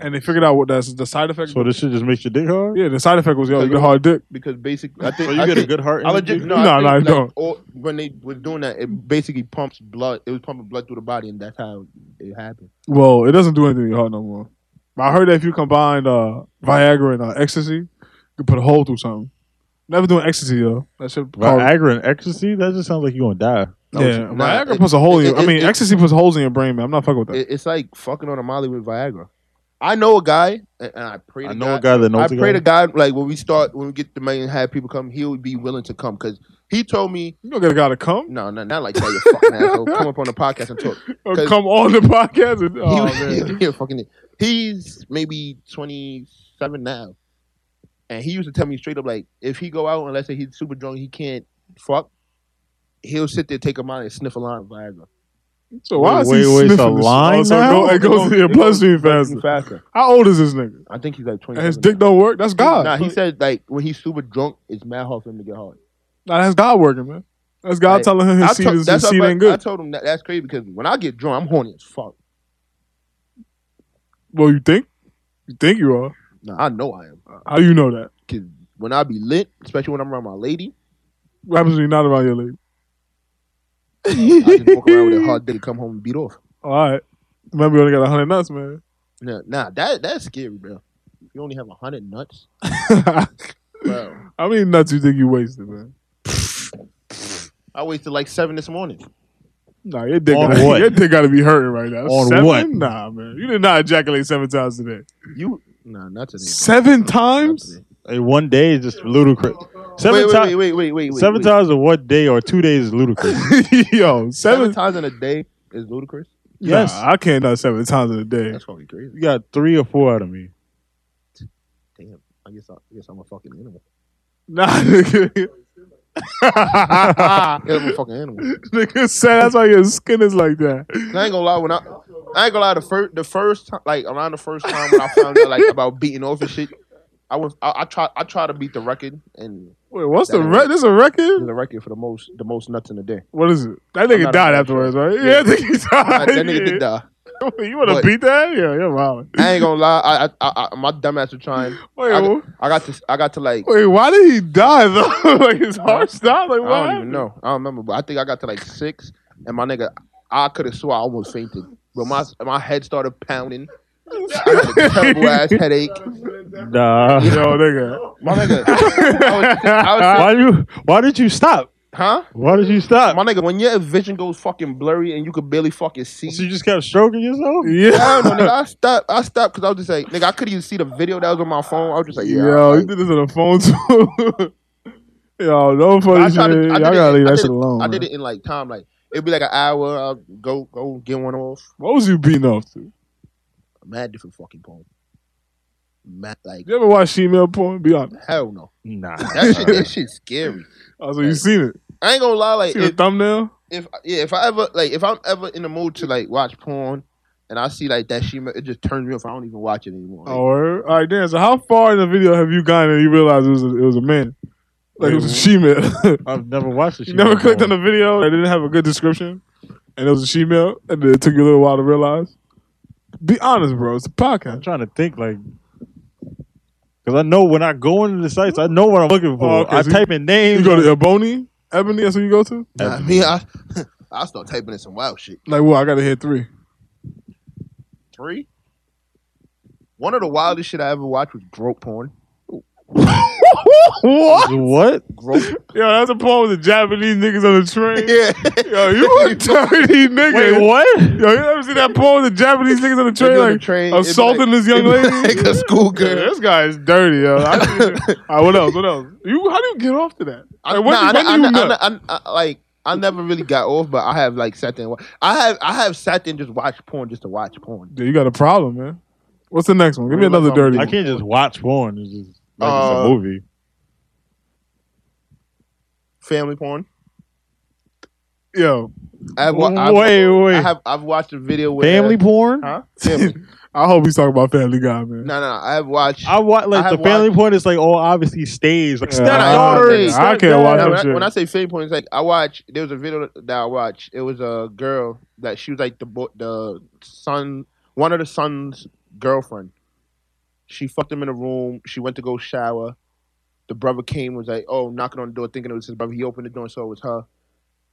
and they figured out what that's the side effect. So this shit just makes your dick hard. yeah, the side effect was yo, you get a hard dick. Because basically, I think So you I get a think- good heart. I legit, energy? no, No, I no, I think, don't. like, all, when they was doing that, it basically pumps blood. It was pumping blood through the body, and that's how it happened. Well, it doesn't do anything to your heart no more. But I heard that if you combine uh, Viagra and uh, ecstasy, you can put a hole through something. Never doing ecstasy though. That should Viagra and ecstasy. That just sounds like you're gonna die. yeah. Nah, Viagra it- puts a hole in. it- your, I mean, it- ecstasy puts holes in your brain, man. I'm not fucking with that. It, it's like fucking on a molly with Viagra. I know a guy, and, and I pray to I know God, a guy that knows. I a pray guy. to God, like when we start, when we get the man and have people come, he'll be willing to come because he told me, you don't get a guy to come no, no, not like that, you fucking asshole. Come up on the podcast and talk. or 'cause- come on the podcast. And, he, oh was- man. he was fucking, he's maybe 27 now. And he used to tell me straight up, like, if he go out and let's say he's super drunk, he can't fuck, he'll sit there, take a molly, and sniff a line of Viagra. So why is he Wait, wait, sniffing it's a this? line oh, so now? it goes, it goes to your bloodstream faster. faster. How old is this nigga? I think he's like 20. And his dick don't work. That's God. Nah, he said like when he's super drunk, it's mad hard for him to get hard. Nah, that's God working, man. That's God Like, telling him his I seed, told- is, his that's seed what I- ain't I good. told him that that's crazy because when I get drunk, I'm horny as fuck. well, you think? You think you are? Nah, I know I am. How do you know that? Cause when I be lit, especially when I'm around my lady, What happens when you're not around your lady? I just walk around with a hard dick and come home and beat off. All right. Remember, you only got 100 nuts, man. No, nah, that that's scary, bro. If you only have hundred nuts, bro. How many nuts you think you wasted, man? I wasted like seven this morning. Nah, your dick, On gotta, what? your dick gotta be hurting right now. On seven? what? Nah, man. You did not ejaculate seven times today. You nah, not today. Seven bro. Not times? today. Like, one day is just ludicrous. Seven wait, times. wait, wait, wait, wait, wait. Seven wait. times in one day or two days is ludicrous. Yo, Seven seven. times in a day is ludicrous. Yes. Nah, I can't nut seven times in a day. That's fucking crazy. you got three or four out of me. Damn. I guess I, I guess I'm a fucking animal. Nah, nigga. I guess Ah, I'm a fucking animal. nigga said that's why your skin is like that. I ain't gonna lie. When I, I ain't gonna lie. The first, the first time, like around the first time when I found out like about beating off and shit, I was I, I try I try to beat the record and Wait, what's the That record? This a record? the record for the most the most nuts in a day. What is it? That I'm nigga not died a- afterwards, right? Yeah, Yeah. I think he died. That nigga did die. die. you wanna But- beat that? Yeah, you're wild. I ain't gonna lie. I I, I, I my dumbass was trying. Wait, I- wh- I got to I got to like wait, why did he die though? like his heart stopped. Like I what? don't even happened? know. I don't remember, but I think I got to like six, and my nigga, I could have swore I almost fainted. But my my head started pounding. I had a terrible ass headache. Nah. Yo, nigga. My nigga, I why you? Why did you stop? huh? Why did you stop? My nigga, when your vision goes fucking blurry and you could barely fucking see. so you just kept stroking yourself? I yeah. don't know, nigga. I stopped. I stopped because I was just like, nigga, I couldn't even see the video that was on my phone. I was just like, yeah. Yo, like- you did this on the phone too. Yo, no funny I shit. tried to- I Y'all did it- gotta leave I that did shit it- alone. I man. did it in like time, like it'd be like an hour. I'll go go get one off. What was you beating off to? Mad different fucking poem. Mad like You ever watch female porn? Be honest. hell no. Nah. That shit, that shit's scary. Oh, so you seen it? I ain't gonna lie, like See the if, thumbnail? if yeah, if I ever like if I'm ever in the mood to like watch porn and I see like that shit, it just turns me off. I don't even watch it anymore. Like, Or Oh, all right, Dan. So how far in the video have you gotten and you realized it was a, it was a man? Like it was a she-male. I've never watched this. you never clicked on the video that didn't have a good description, and it was a she-male, and it took you a little while to realize. Be honest, bro. It's a I'm podcast. trying to think, like, because I know when I go into the sites, I know what I'm looking for. Oh, okay, I so you- type in names. You go to Ebony, Ebony. That's who you go to. I mean, I I start typing in some wild shit. Like, well, I gotta hit three. Three. One of the wildest shit I ever watched was grope porn. what? what? Grope. Yo, that's a porn with the Japanese niggas on the train. yeah. Yo, you a dirty nigga. Wait, what? Yo, you ever see that porn with the Japanese niggas on the They train? go on the Like, train, it'd be assaulting like- this young it'd lady. be like a schoolgirl. Yeah, this guy is dirty, yo. I- All right, what else? What else? You, how do you get off to that? I, Like, when, nah, I- when I- do you I- know? I- I- I- like I never really got off, but I have like sat there. And wa- I have I have sat there and just watched porn just to watch porn. Dude, you got a problem, man. What's the next one? Give me Wait, what's another up? dirty. I one. can't just watch porn. It's just like Uh, it's a movie. Family porn. Yo, I have, wa- I've, wait, I wait. have I've watched a video uh, where Family porn? Huh? Family. I hope he's talking about Family Guy, man. no, no, no. I have watched. I watch like I the have family porn is like all obviously staged. Like Yeah, stepdaughter. I- and I stepdad. can't watch Now, that when, I, shit. when I say family porn, it's like I watch. There was a video that I watched. It was a girl that she was like the bo- the son, one of the son's girlfriend. She fucked him in a room. She went to go shower. The brother came was like, oh, knocking on the door, thinking it was his brother. He opened the door and saw it was her.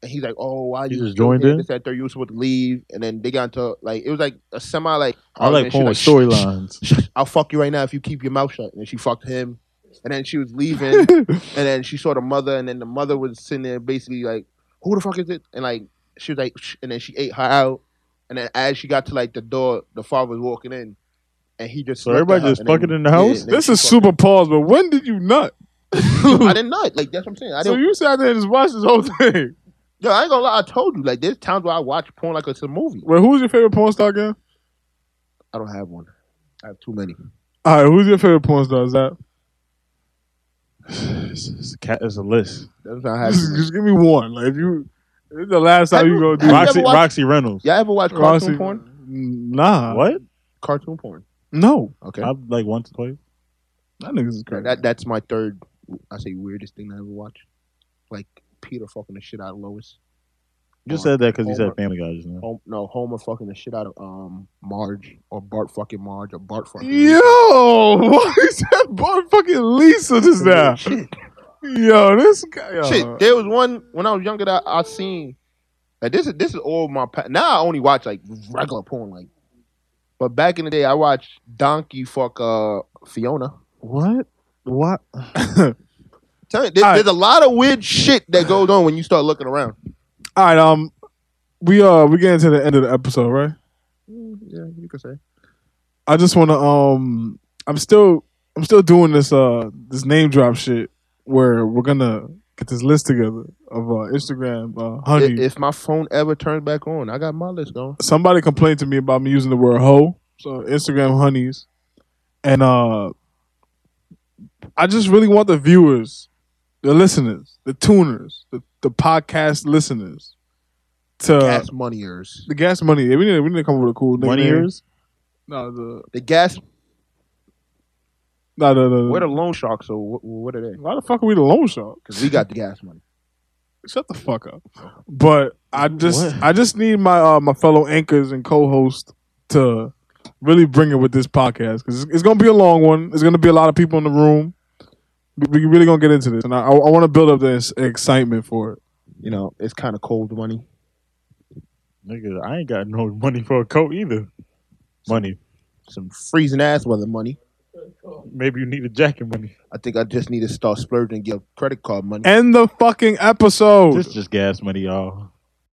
And he's like, oh, why He you just still joined here? in? This that third, you were supposed to leave, and then they got into like it was like a semi like I like argument. She porn with "Shh, shh, storylines. I'll fuck you right now if you keep your mouth shut. And then she fucked him. And then she was leaving. and then she saw the mother. And then the mother was sitting there basically like, who the fuck is it? And like, she was like, Shh. and then she ate her out. And then as she got to like the door, the father was walking in. And he just. So looked at everybody her, just and then- fucking in the yeah, house? and then This she is fucked super pause, but when did you nut? him. I didn't know it. Like, that's what I'm saying. I So didn't. you sat there and just watched this whole thing. yo, I ain't gonna lie. I told you. Like, there's times where I watch porn like it's a movie. Wait, who was your favorite porn star again? I don't have one. I have too many. All right, who's your favorite porn star? Is that? It's, it's a cat, it's a list. That's not Just, happening. just give me one. Like if you, this is the last time Have you, you- go do have you Roxy, it. ever watched- Roxy Reynolds. Uh, Y'all ever watch cartoon Roxy- porn? Nah. What? Cartoon porn. No. Okay. I've like once twice. That niggas is crazy. That that's my third. I say weirdest thing I ever watched. Like Peter fucking the shit out of Lois. You Or said that because you Homer- said Family Guy just now. Hom- no, Homer fucking the shit out of um Marge or Bart fucking Marge or Bart fucking. Yo, what is that boy fucking Lisa just now? Shit, Yo, this guy. Yo. shit. There was one when I was younger that I, I seen. Like this is this is all my pa- now. I only watch like regular porn, like But back in the day, I watched Donkey fuck uh, Fiona. What? What? Tell you, All there- right. there's a lot of weird shit that goes on when you start looking around. All right, um, we uh we getting to the end of the episode, right? Mm, Yeah, you could say. I just want to um, I'm still I'm still doing this uh this name drop shit where we're gonna get this list together of uh, Instagram uh, honey. If my phone ever turns back on, I got my list going. somebody complained to me about me using the word hoe. So Instagram honeys. And uh I just really want the viewers, the listeners, the tuners, the, the podcast listeners to Gas moneyers. the gas money. We need, to- we need to come up with a cool One nickname. years? No, the The gas. no, no, no. We're no. the loan sharks, so what, what are they? Why the fuck are we the loan shark? Because we got the gas money. Shut the fuck up. But I just What? I just need my uh, my fellow anchors and co-hosts to really bring it with this podcast because it's, it's gonna be a long one. There's gonna be a lot of people in the room. We, we really gonna get into this, and I, I want to build up this excitement for it. You know, it's kind of cold money. Nigga, I ain't got no money for a coat either. Money. Some freezing ass weather money. Maybe you need a jacket money. I think I just need to start splurging and get credit card money. End the fucking episode. This just gas money, y'all.